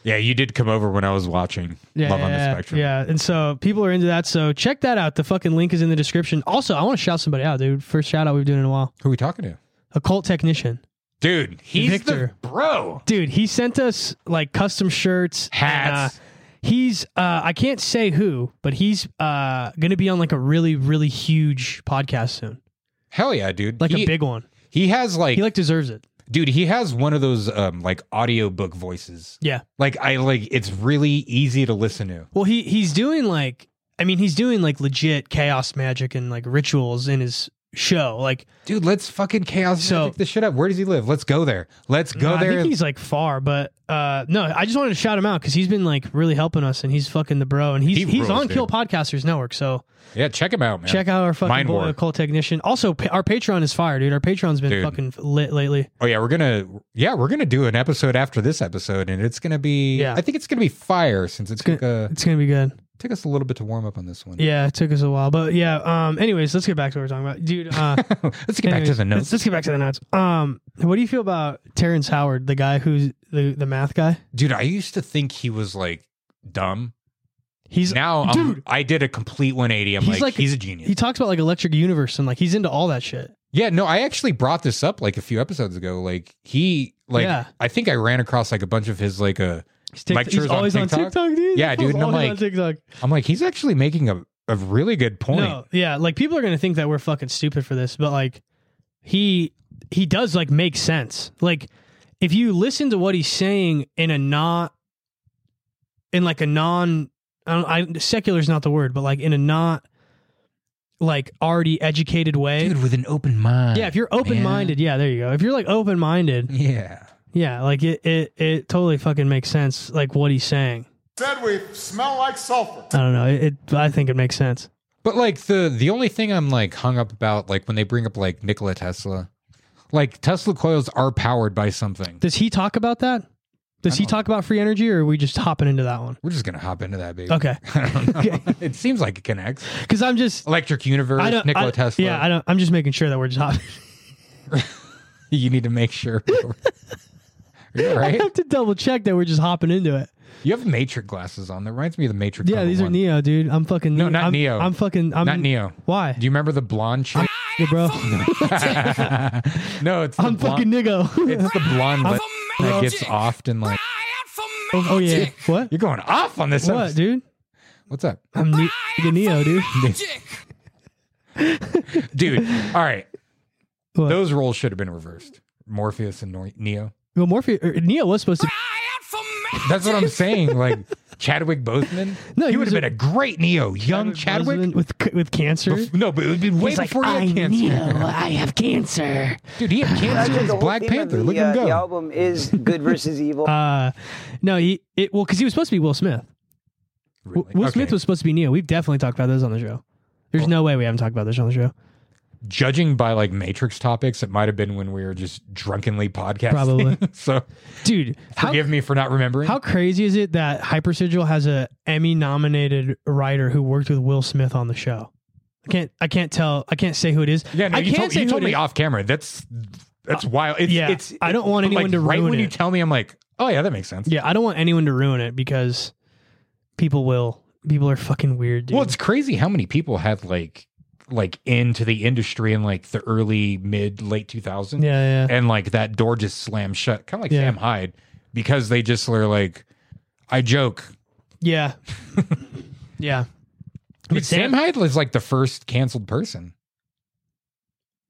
H: yeah, you did come over when I was watching Love on the Spectrum.
G: Yeah, and so people are into that. So check that out. The fucking link is in the description. Also, I want to shout somebody out, dude. First shout out we've done in a while.
H: Who are we talking to?
G: Occult technician,
H: Dude, he's
G: Victor.
H: the bro.
G: dude. He sent us like custom shirts, and,
H: Hats.
G: uh, he's uh I can't say who, but he's uh gonna be on like a really really huge podcast soon,
H: Hell yeah, dude.
G: like
H: He-
G: a big one.
H: He has like,
G: He like deserves it.
H: dude, he has one of those um like audiobook voices.
G: Yeah.
H: Like I like it's really easy to listen to.
G: Well, he he's doing like I mean he's doing like legit chaos magic and like rituals in his show. Like
H: Dude, let's fucking chaos
G: So-
H: magic this shit up. Where does he live? Let's go there. Let's go
G: nah, I
H: there.
G: think he's like far, but uh no, I just wanted to shout him out because he's been like really helping us and he's fucking the bro and he's
H: He
G: he's
H: rules,
G: on
H: dude.
G: Kill Podcasters Network. So
H: yeah, check him out, man.
G: check out our fucking
H: Mind
G: boy,
H: War.
G: occult technician. Also, pa- our Patreon is fire, dude. Our Patreon's been
H: Dude.
G: fucking lit lately.
H: Oh yeah, we're gonna yeah, we're gonna do an episode after this episode, and it's gonna be
G: Yeah.
H: I think it's gonna be fire since it took uh
G: It's gonna be good.
H: took us a little bit to warm up on this one.
G: Yeah, it took us a while, but yeah. Um. Anyways, let's get back to what we're talking about, dude. Uh,
H: let's get back to
G: Anyways,
H: the
G: Let's,
H: notes.
G: let's get back to the notes. Um, what do you feel about Terrence Howard, the guy who's the, the math guy?
H: Dude, I used to think he was like dumb.
G: He's
H: Now I'm-
G: dude.
H: I did a complete 180. I'm
G: He's
H: like,
G: like-
H: he's a genius.
G: he talks about like electric universe and like he's into all that shit.
H: Yeah, no, I actually brought this up like a few episodes ago. Like he, like
G: Yeah.
H: I think I ran across like a bunch of his like uh, a.
G: He's, tick-
H: Lectures
G: he's
H: on
G: always on
H: TikTok?
G: TikTok, dude.
H: Yeah,
G: He's
H: dude, and I'm
G: always
H: like,
G: on TikTok.
H: I'm like he's actually making a a really good point.
G: No, yeah, like people are gonna think that we're fucking stupid for this, but like he he does like make sense. Like if you listen to what he's saying in a not in like a non I don't I secular is not the word, but like in a not like already educated way.
H: Dude with an open mind.
G: yeah, if you're open minded, yeah, there you go. If you're like open minded,
H: Yeah.
G: yeah, like it, it it totally fucking makes sense like what he's saying.
I: Said we smell like sulfur.
G: I don't know. It, it I think it makes sense.
H: But like the the only thing I'm like hung up about like when they bring up like Nikola Tesla, like Tesla coils are powered by something.
G: Does he talk about that? Does he talk about free energy, or are we just hopping into that one?
H: We're just gonna hop into that, baby.
G: Okay,
H: I don't know. it seems like it connects.
G: because I'm just
H: Electric universe,
G: I don't
H: Nikola
G: I-
H: Tesla.
G: Yeah, I don't. I'm just making sure that we're just hopping.
H: you need to make sure. Are you all
G: I
H: right?
G: have to double check that we're just hopping into it.
H: You have Matrix glasses on. That reminds me of the Matrix.
G: Yeah,
H: number
G: these are
H: one.
G: Neo, dude. I'm fucking
H: No, not
G: I'm,
H: Neo.
G: I'm fucking. I'm
H: Not Neo.
G: Why,
H: Do you remember the blonde chick?
G: Yeah, bro?
H: no, it's the
G: I'm fucking
H: blonde,
G: niggo.
H: It's the blonde
G: I'm-
H: one that gets off and like
G: oh, oh, yeah. What?
H: you're going off on this.
G: What,
H: episode.
G: dude?
H: What's up,
G: I'm ne- the Neo, dude.
H: dude? All right,
G: What?
H: those roles should have been reversed. Morpheus and Nor- Neo.
G: Well, Morpheus or er, Neo was supposed to.
H: That's what I'm saying. Like Chadwick Boseman.
G: No,
H: he,
G: he
H: would
G: was
H: have been
G: a-
H: a great Neo, young Chadwick.
G: Boseman with c- with cancer.
H: Bef- no, but it would be way before he had cancer.
G: I have cancer.
H: Dude, he had
C: That's
H: cancer.
C: what
H: He's
C: the whole
H: Black
C: theme of
H: Panther.
C: The,
H: Look at
C: uh,
H: him
C: The
H: go.
C: album is good versus evil.
G: Uh, no, he it well because he was supposed to be Will Smith. W-
H: Really?
G: Will
H: Okay.
G: Smith was supposed to be Neo. We've definitely talked about this on the show. There's no way we haven't talked about this on the show.
H: judging by like Matrix topics, it might have been when we were just drunkenly podcasting.
G: Probably.
H: so
G: Dude, how,
H: forgive me for not remembering.
G: how crazy is it that Hypersigil has a Emmy nominated writer who worked with Will Smith on the show? can't I can't tell I can't say who it is.
H: Yeah, no,
G: I
H: you
G: can't
H: told, you
G: who
H: told
G: it
H: me
G: is.
H: off camera. That's that's wild. It's,
G: yeah,
H: it's
G: I don't want
H: but,
G: anyone
H: like,
G: to
H: right
G: ruin
H: when you
G: it.
H: tell me. I'm like, oh yeah, that makes sense.
G: Yeah, I don't want anyone to ruin it because people will. People are fucking weird, dude.
H: Well, it's crazy how many people had like like into the industry in like the early mid late 2000s.
G: yeah, yeah.
H: and like that door just slammed shut, kind of like
G: Yeah.
H: Sam Hyde, because they just were like, I joke.
G: Yeah. yeah.
H: Dude,
G: Sam-
H: Sam Hyde was like the first canceled person.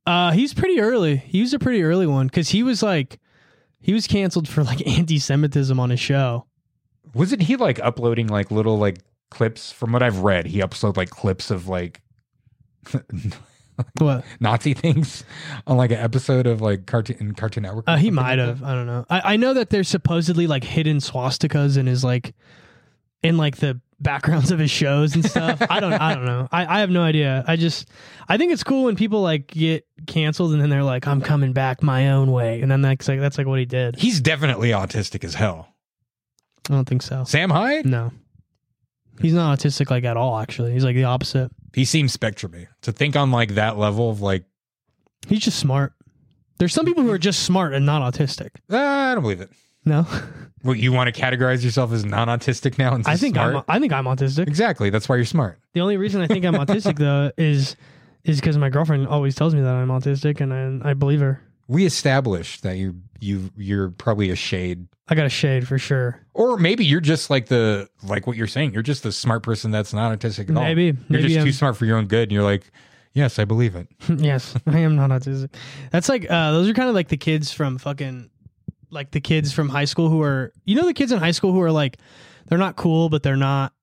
G: Uh, he's pretty early. He was a pretty early one because he was like, he was canceled for like anti-Semitism on his show.
H: Wasn't he like uploading like little like clips from what I've read? He uploaded like clips of like
G: What?
H: Nazi things on like an episode of like Cartoon Cartoon Network. or
G: Uh, he
H: something
G: might
H: like
G: have.
H: that.
G: I don't know. I, I know that there's supposedly like hidden swastikas in his like, in like the backgrounds of his shows and stuff. I don't. I don't know. I, I have no idea. I just, I think it's cool when people like get canceled and then they're like, I'm coming back my own way, and then that's like that's like what he did.
H: He's definitely autistic as hell.
G: I don't think so.
H: Sam Hyde?
G: No. He's not autistic like at all. Actually, he's like the opposite.
H: He seems spectrumy. To think on like that level of like,
G: He's just smart. There's some people who are just smart and not autistic.
H: ah, I don't believe it.
G: No,
H: What you want to categorize yourself as non-autistic now? And
G: I think
H: smart?
G: I'm I think I'm autistic.
H: Exactly. That's why you're smart.
G: The only reason I think I'm autistic though is is because my girlfriend always tells me that I'm autistic, and I, I believe her.
H: We established that you you you're probably a shade,
G: I got a shade for sure.
H: or maybe you're just like the like what you're saying. You're just the smart person that's not autistic at all.
G: Maybe.
H: you're
G: Maybe
H: just
G: I'm-
H: too smart for your own good, and you're like, yes, I believe it.
G: yes, I am not autistic. That's like uh, those are kind of like the kids from fucking like the kids from high school who are you know the kids in high school who are like they're not cool but they're not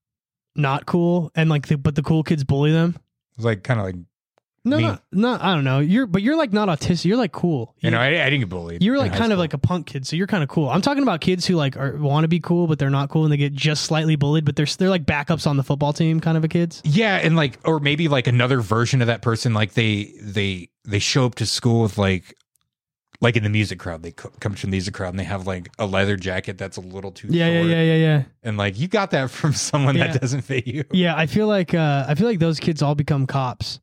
G: not cool and like the, but the cool kids bully them.
H: It's like kind of like
G: No,
H: Me.
G: not, not I don't know. You're but you're like not autistic. You're like cool.
H: you know I, I didn't get bullied.
G: You're
H: in
G: like
H: high
G: kind of
H: school.
G: like a punk kid, so you're kind of cool. I'm talking about kids who like are, want to be cool, but they're not cool, and they get just slightly bullied, but they're they're like backups on the football team, kind of a kids.
H: yeah, and like or maybe like another version of that person. Like they they they show up to school with like. Like in the music crowd, they co- come to the music crowd and they have like a leather jacket that's a little too
G: Yeah, yeah,
H: short.
G: yeah, yeah, yeah.
H: and like you got that from someone
G: Yeah.
H: that doesn't fit you.
G: Yeah, I feel like uh, I feel like those kids all become cops.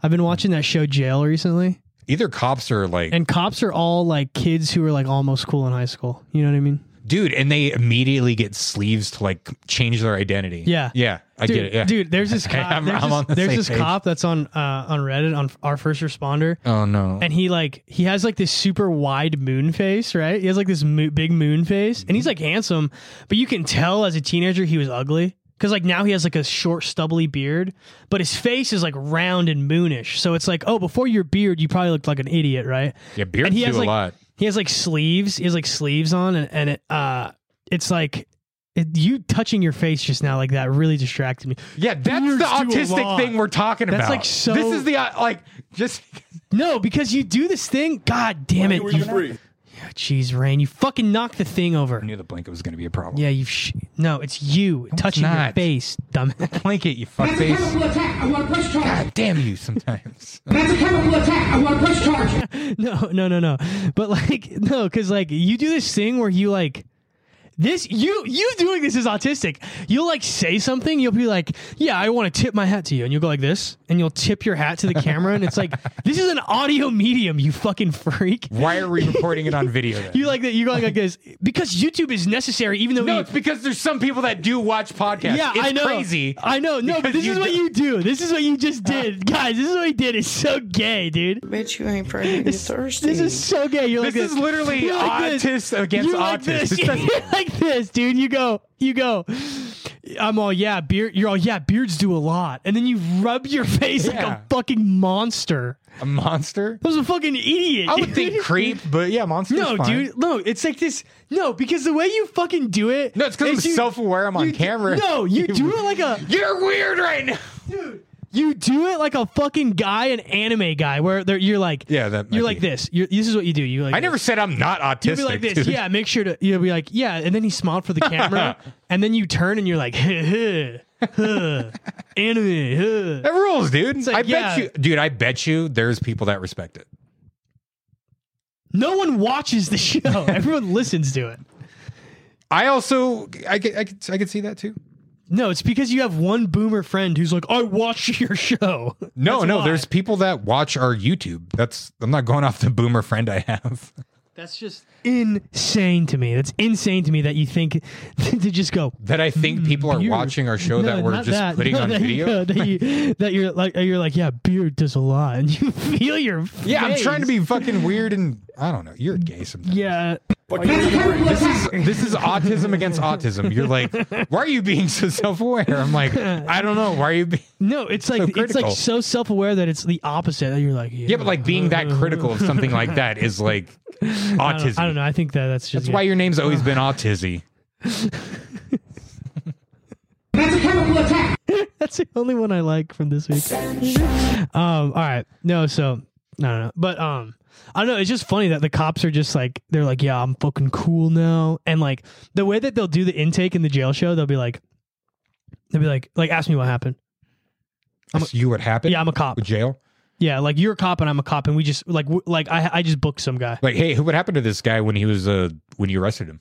G: I've been watching that show Jail recently,
H: Either cops are like,
G: and cops are all like kids who are like almost cool in high school. You know what I mean?
H: dude, and they immediately get sleeves to like change their identity.
G: Yeah.
H: yeah, I
G: dude,
H: get it. Yeah.
G: dude, there's this
H: Okay,
G: cop.
H: I'm-
G: there's
H: I'm
G: this,
H: on the
G: there's
H: same
G: this
H: page.
G: cop that's on uh, on Reddit on our first responder,
H: oh no,
G: and he like he has like this super wide moon face, right? He has like this mo- big moon face, and he's like handsome, but you can tell as a teenager he was ugly because like now he has like a short stubbly beard, but his face is like round and moonish. So it's like, oh, before your beard, you probably looked like an idiot, right?
H: yeah, beards
G: and he
H: do
G: has,
H: a
G: like-
H: lot.
G: He has like sleeves. He has like sleeves on, and, and it uh, it's like. It, you touching your face just now like that really distracted me.
H: Yeah, that's
G: Beards do
H: the
G: a
H: autistic
G: lot.
H: thing we're talking
G: That's,
H: about.
G: like, so-
H: This is the uh, like just
G: No, because you do this thing. God damn it! You- Oh, Jeez, Rain, you fucking knocked the thing over.
H: I knew the blanket was going to be a problem.
G: Yeah, you've. Sh- no, it's you touching your
H: not.
G: face, dumbass.
H: Blanket, you fuckface.
E: attack. I want a press charge.
H: God damn you sometimes.
E: That's a chemical attack. I want a press charge.
G: no, no, no, no. But like, no, because like you do this thing where you like. This you you doing this is autistic. You'll like say something. You'll be like, "Yeah, I want to tip my hat to you," and you'll go like this, and you'll tip your hat to the camera, and it's like, "This is an audio medium, you fucking freak."
H: Why are we recording it on video then?
G: You like that? You're going like this because YouTube is necessary, even though
H: no,
G: we-
H: it's because there's some people that do watch podcasts.
G: Yeah,
H: it's
G: I know.
H: crazy.
G: I know. No, but
H: because
G: this is
H: you
G: what
H: do-
G: you do. This is what you just did, guys. This is what he did. It's so gay, dude.
D: Bitch, you ain't pregnant. You're thirsty.
G: This is so gay. You're like
H: This
G: this
H: is literally
G: You're like this.
H: autist against
G: You're like
H: autist.
G: this.
H: This doesn't-
G: You're like this, dude. You go. You go. I'm all yeah, beard. You're all yeah, beards do a lot, and then you rub your face like
H: Yeah.
G: a fucking monster.
H: A monster?
G: That was a fucking idiot.
H: I would
G: dude.
H: think creep, but yeah, monster.
G: No, dude. No, it's like this. No, because the way you fucking do it.
H: No, it's because I'm
G: is you-
H: self-aware. I'm on
G: you do-
H: camera.
G: No, you do it like a.
H: You're weird right now.
G: You do it like a fucking guy, an anime guy, where they're, you're like,
H: Yeah, that might
G: you're like
H: be.
G: this. You're, this is what you do. You like,
H: I never said I'm not autistic.
G: You'll be like this.
H: dude.
G: Yeah, make sure to. You'll be like, yeah, and then he smiled for the camera, and then you turn and you're like, huh, huh, huh, anime. Huh.
H: That rules, dude.
G: like,
H: I bet
G: yeah.
H: you, dude. I bet you, there's people that respect it.
G: No one watches the show. Everyone listens to it.
H: I also, I could, I could, I could see that too.
G: No, it's because you have one boomer friend who's like, I watch your show.
H: No,
G: That's
H: no,
G: why.
H: there's people that watch our YouTube. That's I'm not going off the boomer friend I have.
G: That's just insane to me. That's insane to me that you think to just go.
H: That I think people are
G: Beard.
H: watching our show
G: Mm, "No,
H: that we're
G: not
H: just putting
G: No,
H: on
G: that
H: video.
G: You, no, that, you, that you're like, you're like, yeah, beard does a lot, and you feel your.
H: yeah, I'm
G: face.
H: trying to be fucking weird and I don't know. You're gay sometimes.
G: Yeah,
E: That's a chemical attack.
H: This is autism against autism. You're like, why are you being so self aware? I'm like, I don't know. Why are you being
G: no, it's like it's
H: critical.
G: like so self aware that it's the opposite. That you're like, yeah,
H: Yeah, but like being that critical of something like that is like
G: I don't,
H: autism.
G: I don't know. I think that that's just
H: That's why
G: yeah.
H: your name's always been Autizzy.
E: That's a chemical attack.
G: That's the only one I like from this week. um, all right. No, so I don't know. But um I don't know, it's just funny that the cops are just like they're like, Yeah, I'm fucking cool now. And like the way that they'll do the intake in the jail show, they'll be like they'll be like like ask me what happened.
H: That's you what happened?
G: Yeah, I'm a cop.
H: with jail.
G: Yeah, like you're a cop and I'm a cop and we just like w- like I I just booked some guy.
H: Like, hey, what happened to this guy when he was uh when you arrested him?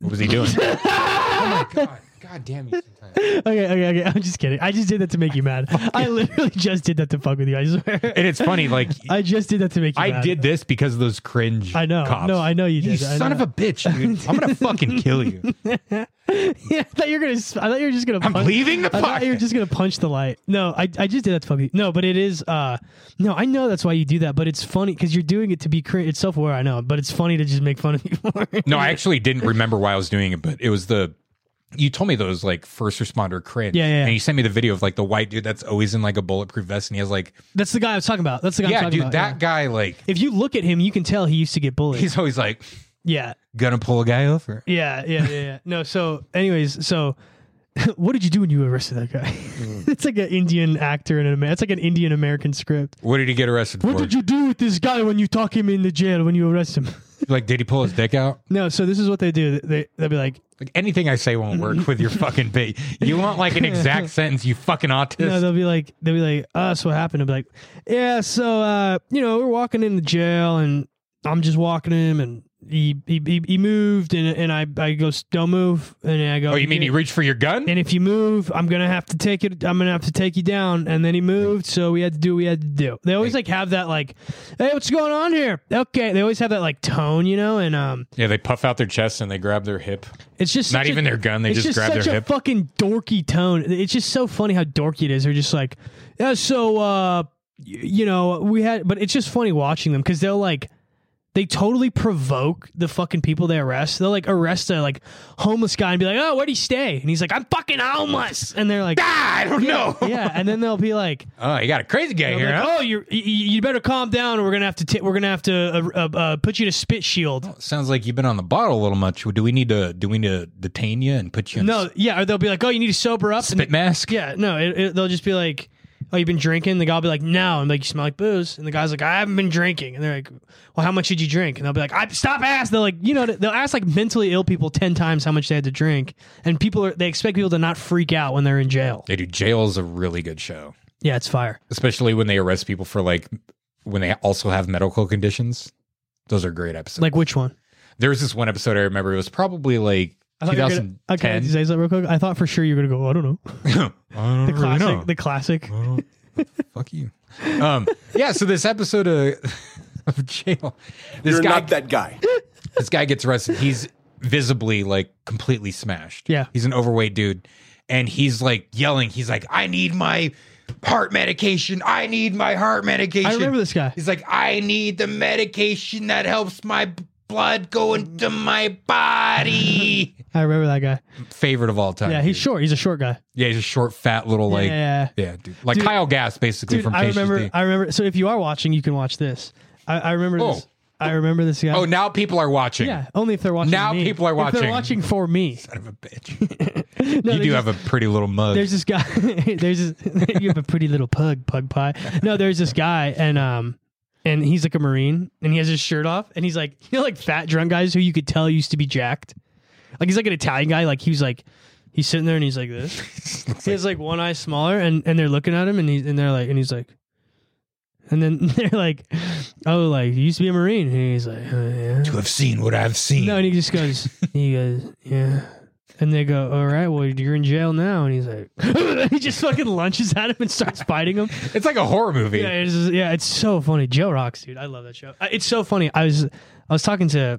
H: What was he doing? oh my god! God damn you! Sometimes.
G: Okay, okay, okay. I'm just kidding. I just did that to make you mad. I literally just did that to fuck with you. I swear.
H: And it's funny, like
G: I just did that to make you
H: I
G: mad.
H: did this because of those cringe.
G: I know.
H: Cops.
G: No, I know you
H: You
G: did. I
H: son
G: know.
H: of a bitch, dude! I'm gonna fucking kill you.
G: Yeah, I thought you were gonna. I thought you were just gonna.
H: I'm leaving the
G: I thought you were
H: podcast.
G: just gonna punch the light. No, I, I just did that to fuck you. No, but it is. Uh, no, I know that's why you do that, but it's funny because you're doing it to be. Cr- it's self aware, I know, but it's funny to just make fun of you for it.
H: No, I actually didn't remember why I was doing it, but it was the. You told me those like first responder cringe.
G: Yeah, yeah, yeah.
H: And you sent me the video of like the white dude that's always in like a bulletproof vest and he has like,
G: That's the guy I was talking about. That's the guy. I'm
H: yeah,
G: talking
H: dude,
G: about,
H: that
G: yeah.
H: guy, like,
G: If you look at him, you can tell he used to get bullied.
H: he's always like,
G: yeah,
H: gonna pull a guy over.
G: yeah, yeah, yeah, yeah. No, so, anyways, so. What did you do when you arrested that guy? it's like an Indian actor and an Amer- it's like an Indian American script.
H: What did he get arrested
G: What
H: for?
G: did you do with this guy when you took him in the jail when you arrest him?
H: like, did he pull his dick out?
G: No, so this is what they do. They they'll be like,
H: Like, anything I say won't work with your fucking bait. You want like an exact sentence, you fucking autist.
G: no, they'll be like, they'll be like, uh, so what happened? I'll be like, yeah, so uh, you know, we're walking in the jail, and I'm just walking him, and he he he, he moved, and and I I go, don't move, and I go,
H: oh, you mean he reached for your gun?
G: and if you move, I'm gonna have to take it. I'm gonna have to take you down. And then he moved, so we had to do what we had to do. They always like have that like, hey, what's going on here? Okay, they always have that like tone, you know. And um,
H: Yeah, they puff out their chest and they grab their hip.
G: It's just
H: Not
G: such a-
H: even their gun, they
G: it's
H: just grab
G: such
H: their
G: a
H: hip.
G: Fucking dorky tone. It's just so funny how dorky it is. They're just like, yeah. So, uh, y- you know, we had, but it's just funny watching them because they'll like, they totally provoke the fucking people they arrest. They'll like arrest a like homeless guy and be like, oh, where'd he stay? And he's like, I'm fucking homeless. And they're like,
H: Ah, I don't know.
G: yeah. And then they'll be like,
H: Oh, you got a crazy guy
G: they'll be
H: here,
G: like,
H: huh?
G: oh, you're, you you better calm down. Or we're gonna have to ta- we're gonna have to uh, uh, uh, put you to spit shield.
H: Sounds like you've been on the bottle a little much. Do we need to do we need to detain you and put you in
G: No, yeah, or they'll be like, "Oh, you need to sober up."
H: spit
G: and
H: mask?
G: Yeah, no, it, it, they'll just be like, "Oh, you've been drinking." the guy'll be like, "No," and like, "You smell like booze." And the guy's like, "I haven't been drinking." And they're like, "Well, how much did you drink?" And they'll be like, "I stop ass." They'll like, you know, they'll ask like mentally ill people ten times how much they had to drink, and people are they expect people to not freak out when they're in jail.
H: They do. Jail is a really good show,
G: Yeah, it's fire.
H: especially when they arrest people for like when they also have medical conditions. Those are great episodes.
G: Like which one? there
H: there was this one episode I remember. It was probably like
G: I thought you were gonna- okay,
H: 2010.
G: did you say that real quick. I thought for sure you were gonna go. I don't know.
H: I don't
G: The
H: really
G: classic.
H: know.
G: The classic.
H: I don't- Fuck you. Um, yeah. So this episode of, of jail, this
B: You're
H: guy
B: not that guy.
H: this guy gets arrested. He's visibly like completely smashed.
G: Yeah.
H: He's an overweight dude. And he's like yelling. He's like, I need my heart medication. I need my heart medication.
G: I remember this guy.
H: He's like, I need the medication that helps my b- blood go into my body.
G: I remember that guy.
H: Favorite of all time.
G: Yeah, he's
H: dude.
G: short. He's a short guy.
H: Yeah, he's a short, fat little like
G: Yeah.
H: dude. Like
G: Dude-
H: Kyle Gass basically
G: Dude,
H: from
G: I
H: Patience
G: remember.
H: D.
G: I remember. So if you are watching, you can watch this. I, I remember
H: Oh.
G: this. I remember this guy.
H: Oh, now people are watching.
G: yeah. Only if they're watching.
H: Now
G: me.
H: people are
G: If
H: watching.
G: they're watching for me.
H: Son of a bitch.
G: No,
H: you do
G: there's
H: have a pretty little mug.
G: There's this guy. there's this, you have a pretty little pug, pug pie. No, there's this guy, and um, and he's like a marine, and he has his shirt off, and he's like, you know, like fat drunk guys who you could tell used to be jacked. Like he's like an Italian guy. Like he was like, he's sitting there and he's like this. he has like one eye smaller, and and they're looking at him, and he's and they're like, and he's like. And then they're like, "Oh, like you used to be a marine." And he's like, oh, "Yeah."
H: to have seen what I've seen.
G: No, and he just goes, he goes, "Yeah." And they go, "All right, well, you're in jail now." And he's like, he just fucking lunges at him and starts biting him.
H: It's like a horror movie.
G: Yeah, it's, just- yeah, it's so funny. Joe rocks, dude. I love that show. I- It's so funny. I was I was talking to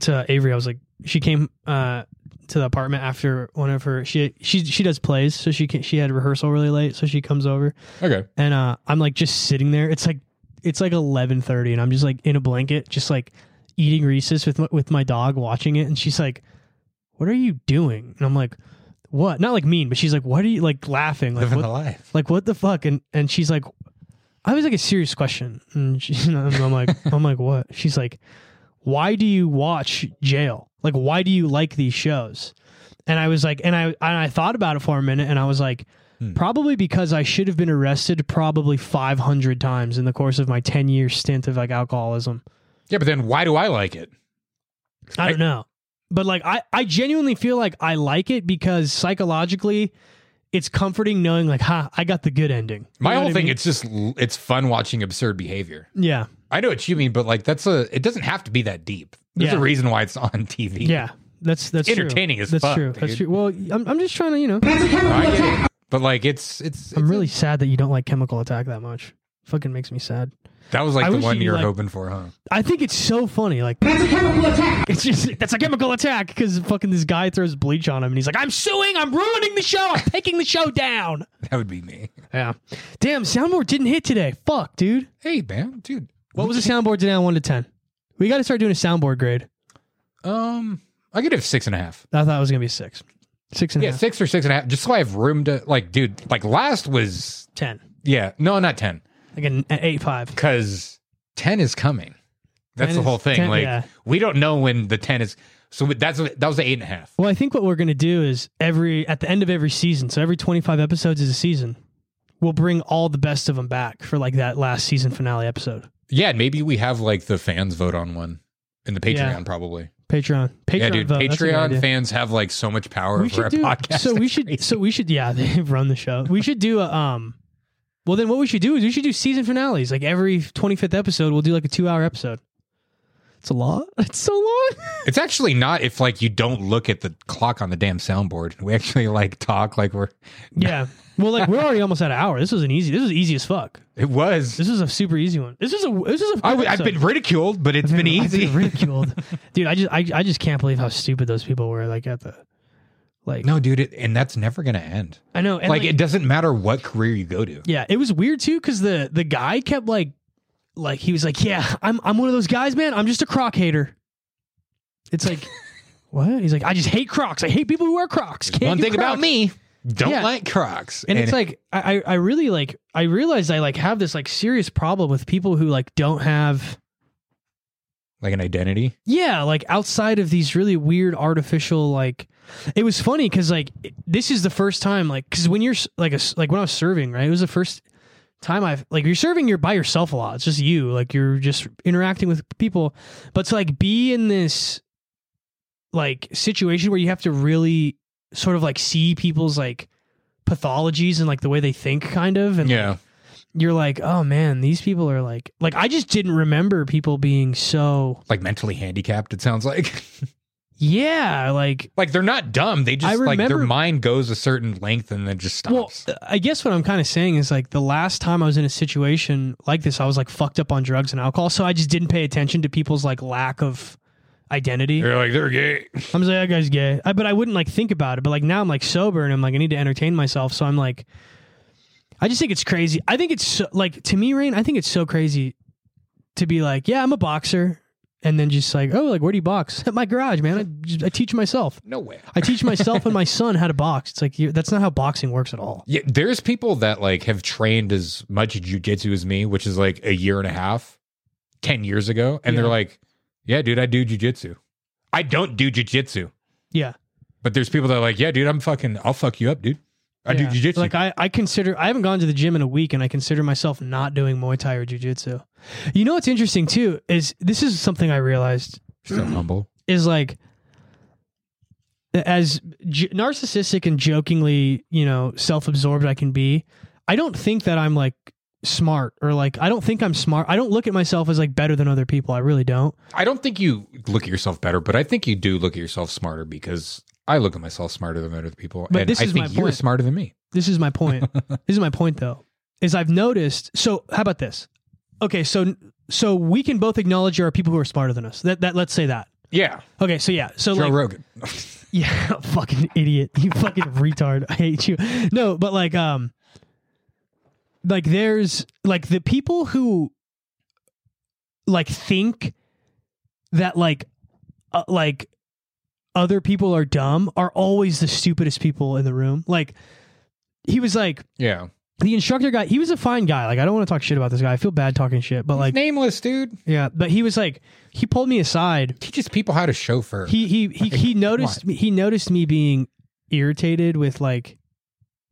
G: to Avery. I was like, she came uh, to the apartment after one of her she she she does plays, so she can, she had rehearsal really late, so she comes over
H: Okay.
G: and uh, I'm like just sitting there. It's like it's like 11:30, and I'm just like in a blanket, just like eating Reese's with my, with my dog, watching it. And she's like, "What are you doing?" And I'm like, "What?" Not like mean, but she's like, "What are you like laughing?" Like
H: Living
G: what,
H: the life.
G: like what the fuck and and she's like i was like a serious question and she's and i'm I'm like i'm like what she's like why do you watch jail like why do you like these shows and i was like and i and i thought about it for a minute and i was like
H: Hmm.
G: probably because i should have been arrested probably 500 times in the course of my 10 year stint of like alcoholism
H: Yeah, but then why do I like it?
G: I don't know. But like I, I genuinely feel like I like it because psychologically it's comforting knowing like, ha, I got the good ending. You
H: My
G: know
H: whole
G: what I
H: thing,
G: mean?
H: it's just l- it's fun watching absurd behavior.
G: Yeah.
H: I know what you mean, but like that's a it doesn't have to be that deep. There's
G: Yeah.
H: a reason why it's on TV.
G: Yeah. That's that's true.
H: entertaining as
G: That's
H: fuck,
G: true. That's
H: dude.
G: true. Well, I'm I'm just trying to, you know.
E: That's a
H: I
E: chemical
H: get
E: attack.
H: it. But like it's it's,
G: I'm
H: it's-
G: really sad that you don't like chemical attack that much. Fucking makes me sad.
H: that was like
G: I
H: the
G: wish
H: one
G: you
H: you were
G: liked-
H: hoping for, huh?
G: I think it's so funny. Like
E: That's a chemical attack.
G: it's just that's a chemical attack because fucking this guy throws bleach on him and he's like, I'm suing, I'm ruining the show, I'm taking the show down.
H: That would be me.
G: Yeah. Damn, soundboard didn't hit today. Fuck, dude.
H: Hey man, dude.
G: What was the soundboard today on one to ten? We got to start doing a soundboard grade.
H: Um I could have six and a half.
G: I thought it was gonna be six, six and a
H: Yeah,
G: half,
H: six or six and a half. Just so I have room to like, dude, like last was
G: ten,
H: yeah, no, not ten.
G: like an, an eight five.
H: Cause ten is coming. That's
G: 10
H: the
G: is-
H: whole thing.
G: 10
H: like
G: yeah.
H: we don't know when the ten is so that's that was the eight and a half.
G: Well, I think what we're gonna do is every at the end of every season, so every twenty five episodes is a season. We'll bring all the best of them back for like that last season finale episode.
H: Yeah, and maybe we have like the fans vote on one in the Patreon,
G: Yeah.
H: probably.
G: Patreon, Patreon,
H: yeah, dude.
G: vote. That's a good
H: Patreon
G: idea.
H: fans have like so much power
G: We
H: for
G: should
H: our
G: do
H: podcast.
G: so. We
H: It's
G: should
H: crazy.
G: so we should yeah. They've run the show. We should do a um. Well, then what we should do is we should do season finales. Like every twenty fifth episode, we'll do like a two hour episode. It's a lot. It's so long.
H: It's actually not if like you don't look at the clock on the damn soundboard. We actually like talk like we're.
G: Yeah. Well, like we're already almost at an hour. This was an easy. This was easy as fuck.
H: It was.
G: This is a super easy one. This is a. This is a.
H: I, have been ridiculed, but it's been easy.
G: I've been ridiculed, dude. I just I, I just can't believe how stupid those people were. Like at the, like
H: no, dude, it, and that's never gonna end.
G: I know. And
H: like,
G: like,
H: it doesn't matter what career you go to.
G: yeah, it was weird too because the the guy kept like, like he was like, yeah, I'm I'm one of those guys, man. I'm just a croc hater. It's like. What? He's like, I just hate Crocs. I hate people who wear Crocs. Can't
H: One
G: do
H: thing about
G: Crocs."
H: me, don't
G: Yeah.
H: like Crocs,
G: and, it's like I, I I really like I realized I like have this like serious problem with people who like don't have
H: like an identity.
G: yeah like outside of these really weird artificial like it was funny because like it- this is the first time like because when you're s- like a s- like when I was serving right it was the first time I've like you're serving you're by yourself a lot it's just you like you're just interacting with people but to like be in this like situation where you have to really sort of like see people's like pathologies and like the way they think kind of and
H: Yeah,
G: you're like, oh man, these people are like, like I just didn't remember people being so,
H: like mentally handicapped. It sounds like.
G: yeah, like.
H: Like they're not dumb. They just
G: I
H: like their
G: remember-
H: mind goes a certain length and then just
G: Well,
H: stops.
G: I guess what I'm kind of saying is like the last time I was in a situation like this, I was like fucked up on drugs and alcohol, so I just didn't pay attention to people's like lack of identity.
H: they're like they're gay.
G: I'm just like, that guy's gay, I, but I wouldn't like think about it. But like now, I'm like sober and I'm like I need to entertain myself, so I'm like, I just think it's crazy. I think it's so, like to me, Rain. I think it's so crazy to be like, yeah, I'm a boxer, and then just like, oh, like where do you box? At my garage, man. I, just- I teach myself.
H: No way.
G: I teach myself and my son how to box. It's like you that's not how boxing works at all.
H: Yeah, there's people that like have trained as much jujitsu as me, which is like a year and a half, ten years ago, and
G: Yeah.
H: they're like, "Yeah, dude, I do jujitsu. I don't do jujitsu,
G: Yeah,
H: but there's people that are like, "Yeah, dude, I'm fucking, I'll fuck you up, dude. I
G: Yeah.
H: do jujitsu.
G: Like I, I consider I haven't gone to the gym in a week, and I consider myself not doing Muay Thai or Jiu Jitsu. You know what's interesting too is this is something I realized
H: so humble.
G: is like as j- narcissistic and jokingly you know self-absorbed i can be i don't think that i'm like smart or like i don't think i'm smart i don't look at myself as like better than other people i really don't
H: I don't think you look at yourself better, but I think you do look at yourself smarter because I look at myself smarter than other people,
G: But
H: and
G: this
H: I
G: is
H: think
G: my
H: you're
G: point.
H: smarter than me.
G: This is my point. this is my point though. Is I've noticed. So how about this? Okay, so so we can both acknowledge there are people who are smarter than us. That that let's say that.
H: Yeah,
G: Okay, so yeah, so
H: Joe
G: like
H: Rogan.
G: yeah, fucking idiot, you fucking retard. I hate you. No, but like um, like there's like the people who like think that like uh, like other people are dumb are always the stupidest people in the room. Like he was like
H: yeah,
G: the instructor guy he was a fine guy like i don't want to talk shit about this guy i feel bad talking shit but like
H: nameless dude.
G: yeah but he was like he pulled me aside
H: Teaches people how to chauffeur.
G: he he he, he noticed me, he noticed me being irritated with like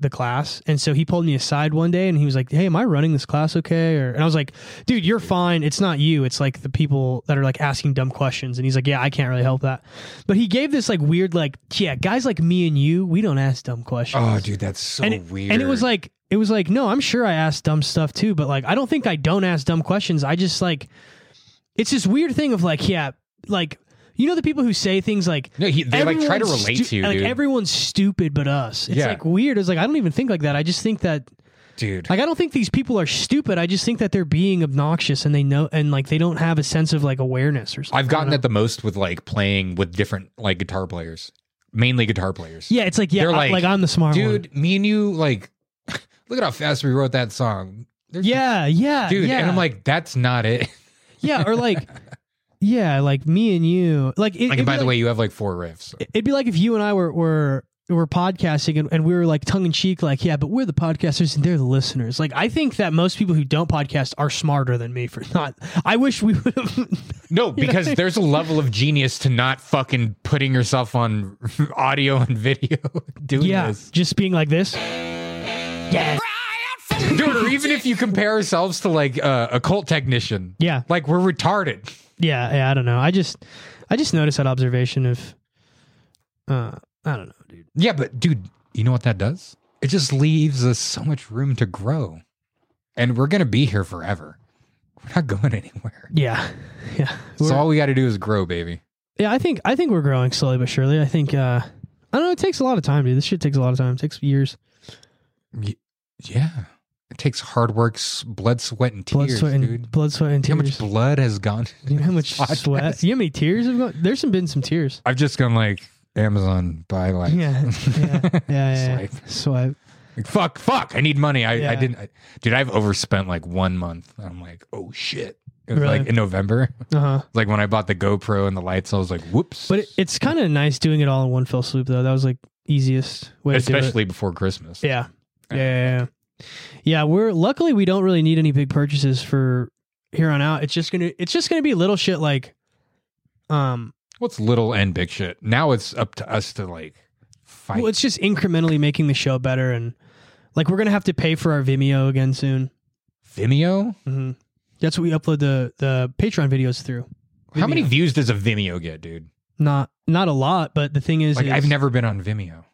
G: the class and so he pulled me aside one day and he was like hey am i running this class okay or and i was like dude you're fine it's not you it's like the people that are like asking dumb questions and he's like yeah i can't really help that but he gave this like weird like yeah guys like me and you we don't ask dumb questions
H: oh, dude, that's so
G: and it,
H: weird.
G: And it was like it was like no, I'm sure I asked dumb stuff too, but like I don't think I don't ask dumb questions. I just like it's this weird thing of like yeah, like you know the people who say things like
H: no, he, they like try to
G: everyone's
H: relate
G: stu-
H: to you,
G: like
H: dude.
G: everyone's stupid but us. It's
H: Yeah.
G: like weird. It's like I don't even think like that. I just think that
H: dude,
G: like I don't think these people are stupid. I just think that they're being obnoxious and they know and like they don't have a sense of like awareness or something.
H: I've
G: I
H: gotten at
G: don't
H: the most with like playing with different like guitar players, mainly guitar players.
G: know. yeah, it's like yeah,
H: They're
G: I-
H: like,
G: like, I'm the smart
H: dude,
G: one.
H: me and you like. Look at how fast we wrote that song. There's-
G: Yeah, yeah,
H: dude,
G: yeah.
H: and I'm like, that's not it.
G: yeah, or like, yeah, like me and you, like. It,
H: Like,
G: it'd
H: and by
G: be
H: the
G: like-
H: way, you have like four riffs.
G: it'd be like if you and I were were were podcasting and, and we were like tongue in cheek, like, yeah, but we're the podcasters and they're the listeners. Like, I think that most people who don't podcast are smarter than me for not. I wish we would have.
H: No, because there's a level of genius to not fucking putting yourself on audio and video doing
G: yeah,
H: this.
G: just being like this. Yeah,
H: Dude, or even if you compare ourselves to like uh, a cult technician.
G: Yeah.
H: Like we're retarded.
G: yeah, yeah. I don't know. I just, I just noticed that observation of, uh, I don't know, dude.
H: Yeah, but dude, you know what that does? It just leaves us so much room to grow. And we're going to be here forever. We're not going anywhere.
G: Yeah, yeah.
H: so
G: We're-
H: all we got to do is grow, baby.
G: Yeah, I think I think we're growing slowly but surely. I think uh I don't know, it takes a lot of time, dude. This shit takes a lot of time. It takes years.
H: Yeah. It takes hard work, s- blood, sweat, and
G: Blood,
H: tears,
G: sweat, and
H: dude.
G: blood, sweat, and
H: You know
G: tears.
H: How much blood has gone?
G: You know how much
H: Podcast.
G: sweat? You know how many tears have gone? There's some been some tears.
H: I've just gone like Amazon buy like
G: Yeah, yeah, yeah, yeah. yeah.
H: Swipe.
G: Swipe.
H: Like, fuck fuck I need money. I, I
G: Yeah.
H: didn't I, dude I've overspent like one month. I'm like oh shit. It was
G: Really?
H: like in November.
G: Uh huh.
H: Like when I bought the GoPro and the lights, I was like whoops.
G: But it, it's kind of nice doing it all in one fell swoop, though. That was like easiest way to do
H: especially before Christmas.
G: it. Yeah. Yeah, yeah, yeah. Yeah, we're luckily we don't really need any big purchases for here on out. It's just gonna it's just gonna be little shit like, um,
H: What's little and big shit? Now it's up to us to like fight.
G: Well, it's just incrementally making the show better, and like we're gonna have to pay for our Vimeo again soon.
H: Vimeo?
G: hmm That's what we upload the the Patreon videos through.
H: How many
G: Vimeo.
H: views does a Vimeo get, dude?
G: Not not a lot, but the thing is,
H: Like
G: is-
H: I've never been on Vimeo.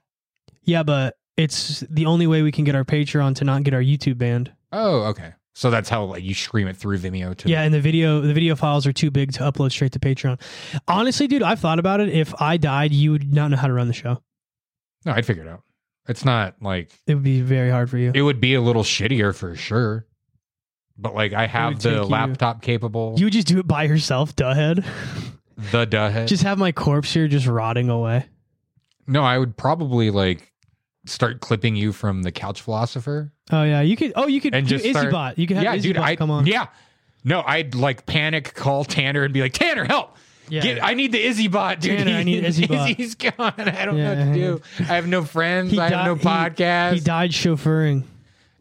G: Yeah, but it's the only way we can get our Patreon to not get our YouTube banned.
H: Oh, okay. So that's how like you stream it through Vimeo to
G: Yeah, and the video the video files are too big to upload straight to Patreon. Honestly, dude, I've thought about it. If I died, you would not know how to run the show.
H: No, I'd figure it out. It's not like
G: It would be very hard for you.
H: it would be a little shittier for sure. But like I have
G: would
H: the
G: take you-
H: laptop capable,
G: you would just do it by yourself, duhhead.
H: the duh head.
G: just have my corpse here, just rotting away.
H: no, I would probably like start clipping you from the couch philosopher
G: Oh yeah, you could. Oh, you could
H: and
G: do
H: just
G: Izzy
H: start,
G: Bot. You could have
H: yeah,
G: Izzy
H: dude,
G: Bot
H: I
G: come on.
H: yeah. No, I'd like panic call Tanner and be like, Tanner, help!
G: yeah,
H: Get, I need the Izzy bot, dude.
G: Tanner, I need Izzy bot."
H: Izzy's gone. I don't know
G: Yeah.
H: what to do. I have no friends. I have
G: di-
H: no
G: he-
H: podcast.
G: He, died chauffeuring.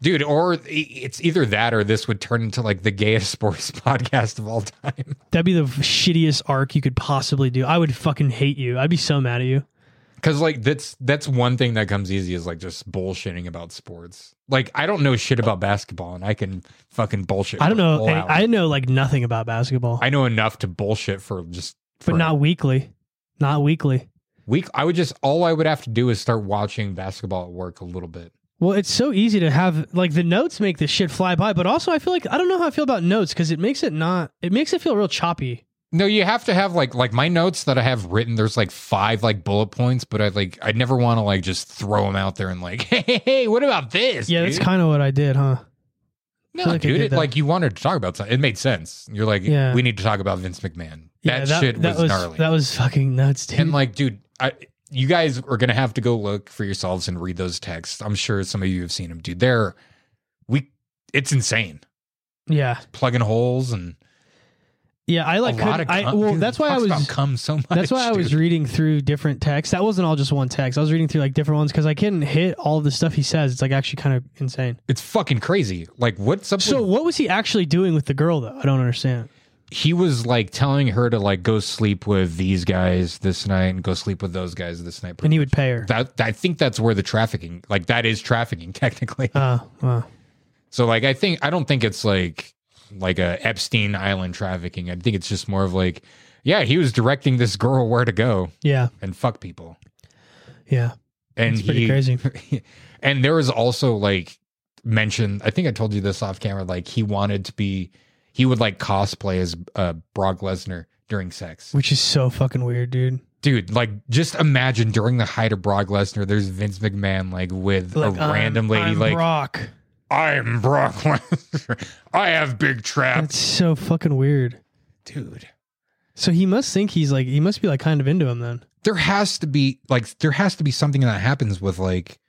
H: dude or i- it's either that or this would turn into like the gayest sports podcast of all time
G: That'd be the shittiest arc you could possibly do. I would fucking hate you. I'd be so mad at you.
H: because like that's that's one thing that comes easy is like just bullshitting about sports like i don't know shit about basketball and i can fucking bullshit
G: I don't
H: for a
G: know.
H: whole hour.
G: I, I know like nothing about basketball,
H: I know enough to bullshit for just for
G: but not weekly. Not weekly.
H: week i would just all i would have to do is start watching basketball at work a little bit
G: Well, it's so easy to have like the notes make this shit fly by, but also I feel like I don't know how I feel about notes because it makes it not. It makes it feel real choppy.
H: No, you have to have like like my notes that I have written. There's like five like bullet points, but I like I never want to like just throw them out there and like, hey, hey, hey, what about this?
G: Yeah,
H: dude?
G: that's kind of what I did, huh?
H: no,
G: feel like I
H: dude.
G: did
H: It,
G: that.
H: like you wanted to talk about something. It made sense. You're like,
G: Yeah.
H: we need to talk about Vince McMahon.
G: Yeah,
H: that, shit was, gnarly.
G: That was fucking nuts, dude.
H: and like, dude, I you guys are gonna have to go look for yourselves and read those texts. I'm sure some of you have seen them, dude. They're we. It's insane.
G: yeah,
H: Plugging holes and
G: yeah. I like.
H: a lot
G: couldn't-
H: of.
G: I,
H: cum-
G: well,
H: dude,
G: that's
H: he
G: why I
H: talks
G: was.
H: about cum so much.
G: That's why I was
H: dude.
G: reading through different texts. That wasn't all just one text. I was reading through like different ones because I couldn't hit all the stuff he says. It's like actually kind of insane.
H: It's fucking crazy. Like, what's up?
G: So
H: with-
G: what was he actually doing with the girl though? I don't understand.
H: he was like telling her to like go sleep with these guys this night and go sleep with those guys this night.
G: And he would pay her.
H: that I think that's where the trafficking, like that, is trafficking technically.
G: Uh, wow.
H: so like, I think I don't think it's like like a Epstein Island trafficking. I think it's just more of like, yeah, he was directing this girl where to go
G: Yeah,
H: and fuck people.
G: yeah.
H: and
G: It's pretty
H: he-
G: crazy.
H: and there was also like mention. I think I told you this off camera. Like he wanted to be, he would like cosplay as uh, Brock Lesnar during sex.
G: Which is so fucking weird, dude.
H: Dude, like just imagine during the height of Brock Lesnar, there's Vince McMahon like with
G: Like,
H: a
G: I'm-
H: random lady
G: I'm
H: like
G: Brock.
H: I'm Brock Lesnar. I have big traps,
G: That's so fucking weird.
H: dude.
G: So he must think he's like he must be like kind of into him then.
H: There has to be like there has to be something that happens with like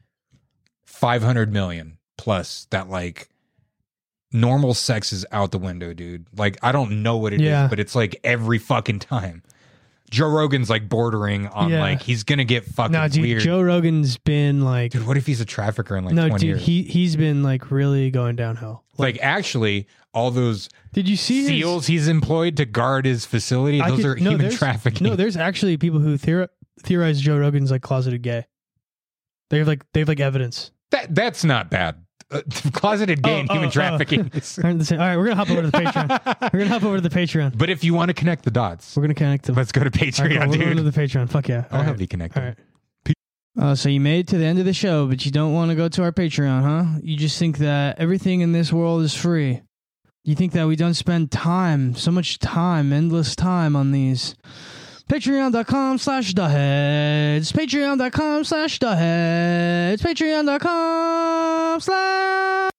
H: 500 million plus that like normal sex is out the window, dude. Like I don't know what it is,
G: Yeah.
H: but it's like every fucking time. Joe Rogan's like bordering on
G: Yeah.
H: like he's gonna get fucking
G: No, dude,
H: weird.
G: Joe Rogan's been like
H: dude, what if he's a trafficker in like
G: No,
H: 20
G: dude,
H: years?
G: he he's been like really going downhill.
H: like actually all those
G: Did you see his-
H: seals he's employed to guard his facility
G: I
H: those
G: could-
H: are
G: no,
H: human
G: there's-
H: trafficking
G: No, there's actually people who theor- theorize Joe Rogan's like closeted gay. They have like they have like evidence.
H: that that's not bad uh, closeted gay and
G: Oh,
H: human
G: oh, oh.
H: trafficking
G: All right, we're gonna hop over to the Patreon. we're gonna hop over to the Patreon.
H: but if you want to connect the dots
G: We're gonna connect them.
H: let's go to
G: All right,
H: patreon
G: cool, We're going
H: dude
G: to the Patreon. Fuck yeah.
H: i'll
G: All
H: help
G: right.
H: you connect
G: All
H: them.
G: right. Uh, so you made it to the end of the show, but you don't want to go to our Patreon, huh? You just think that everything in this world is free. You think that we don't spend time, so much time, endless time on these. Patreon.com slash It's Patreon.com slash It's Patreon.com slash...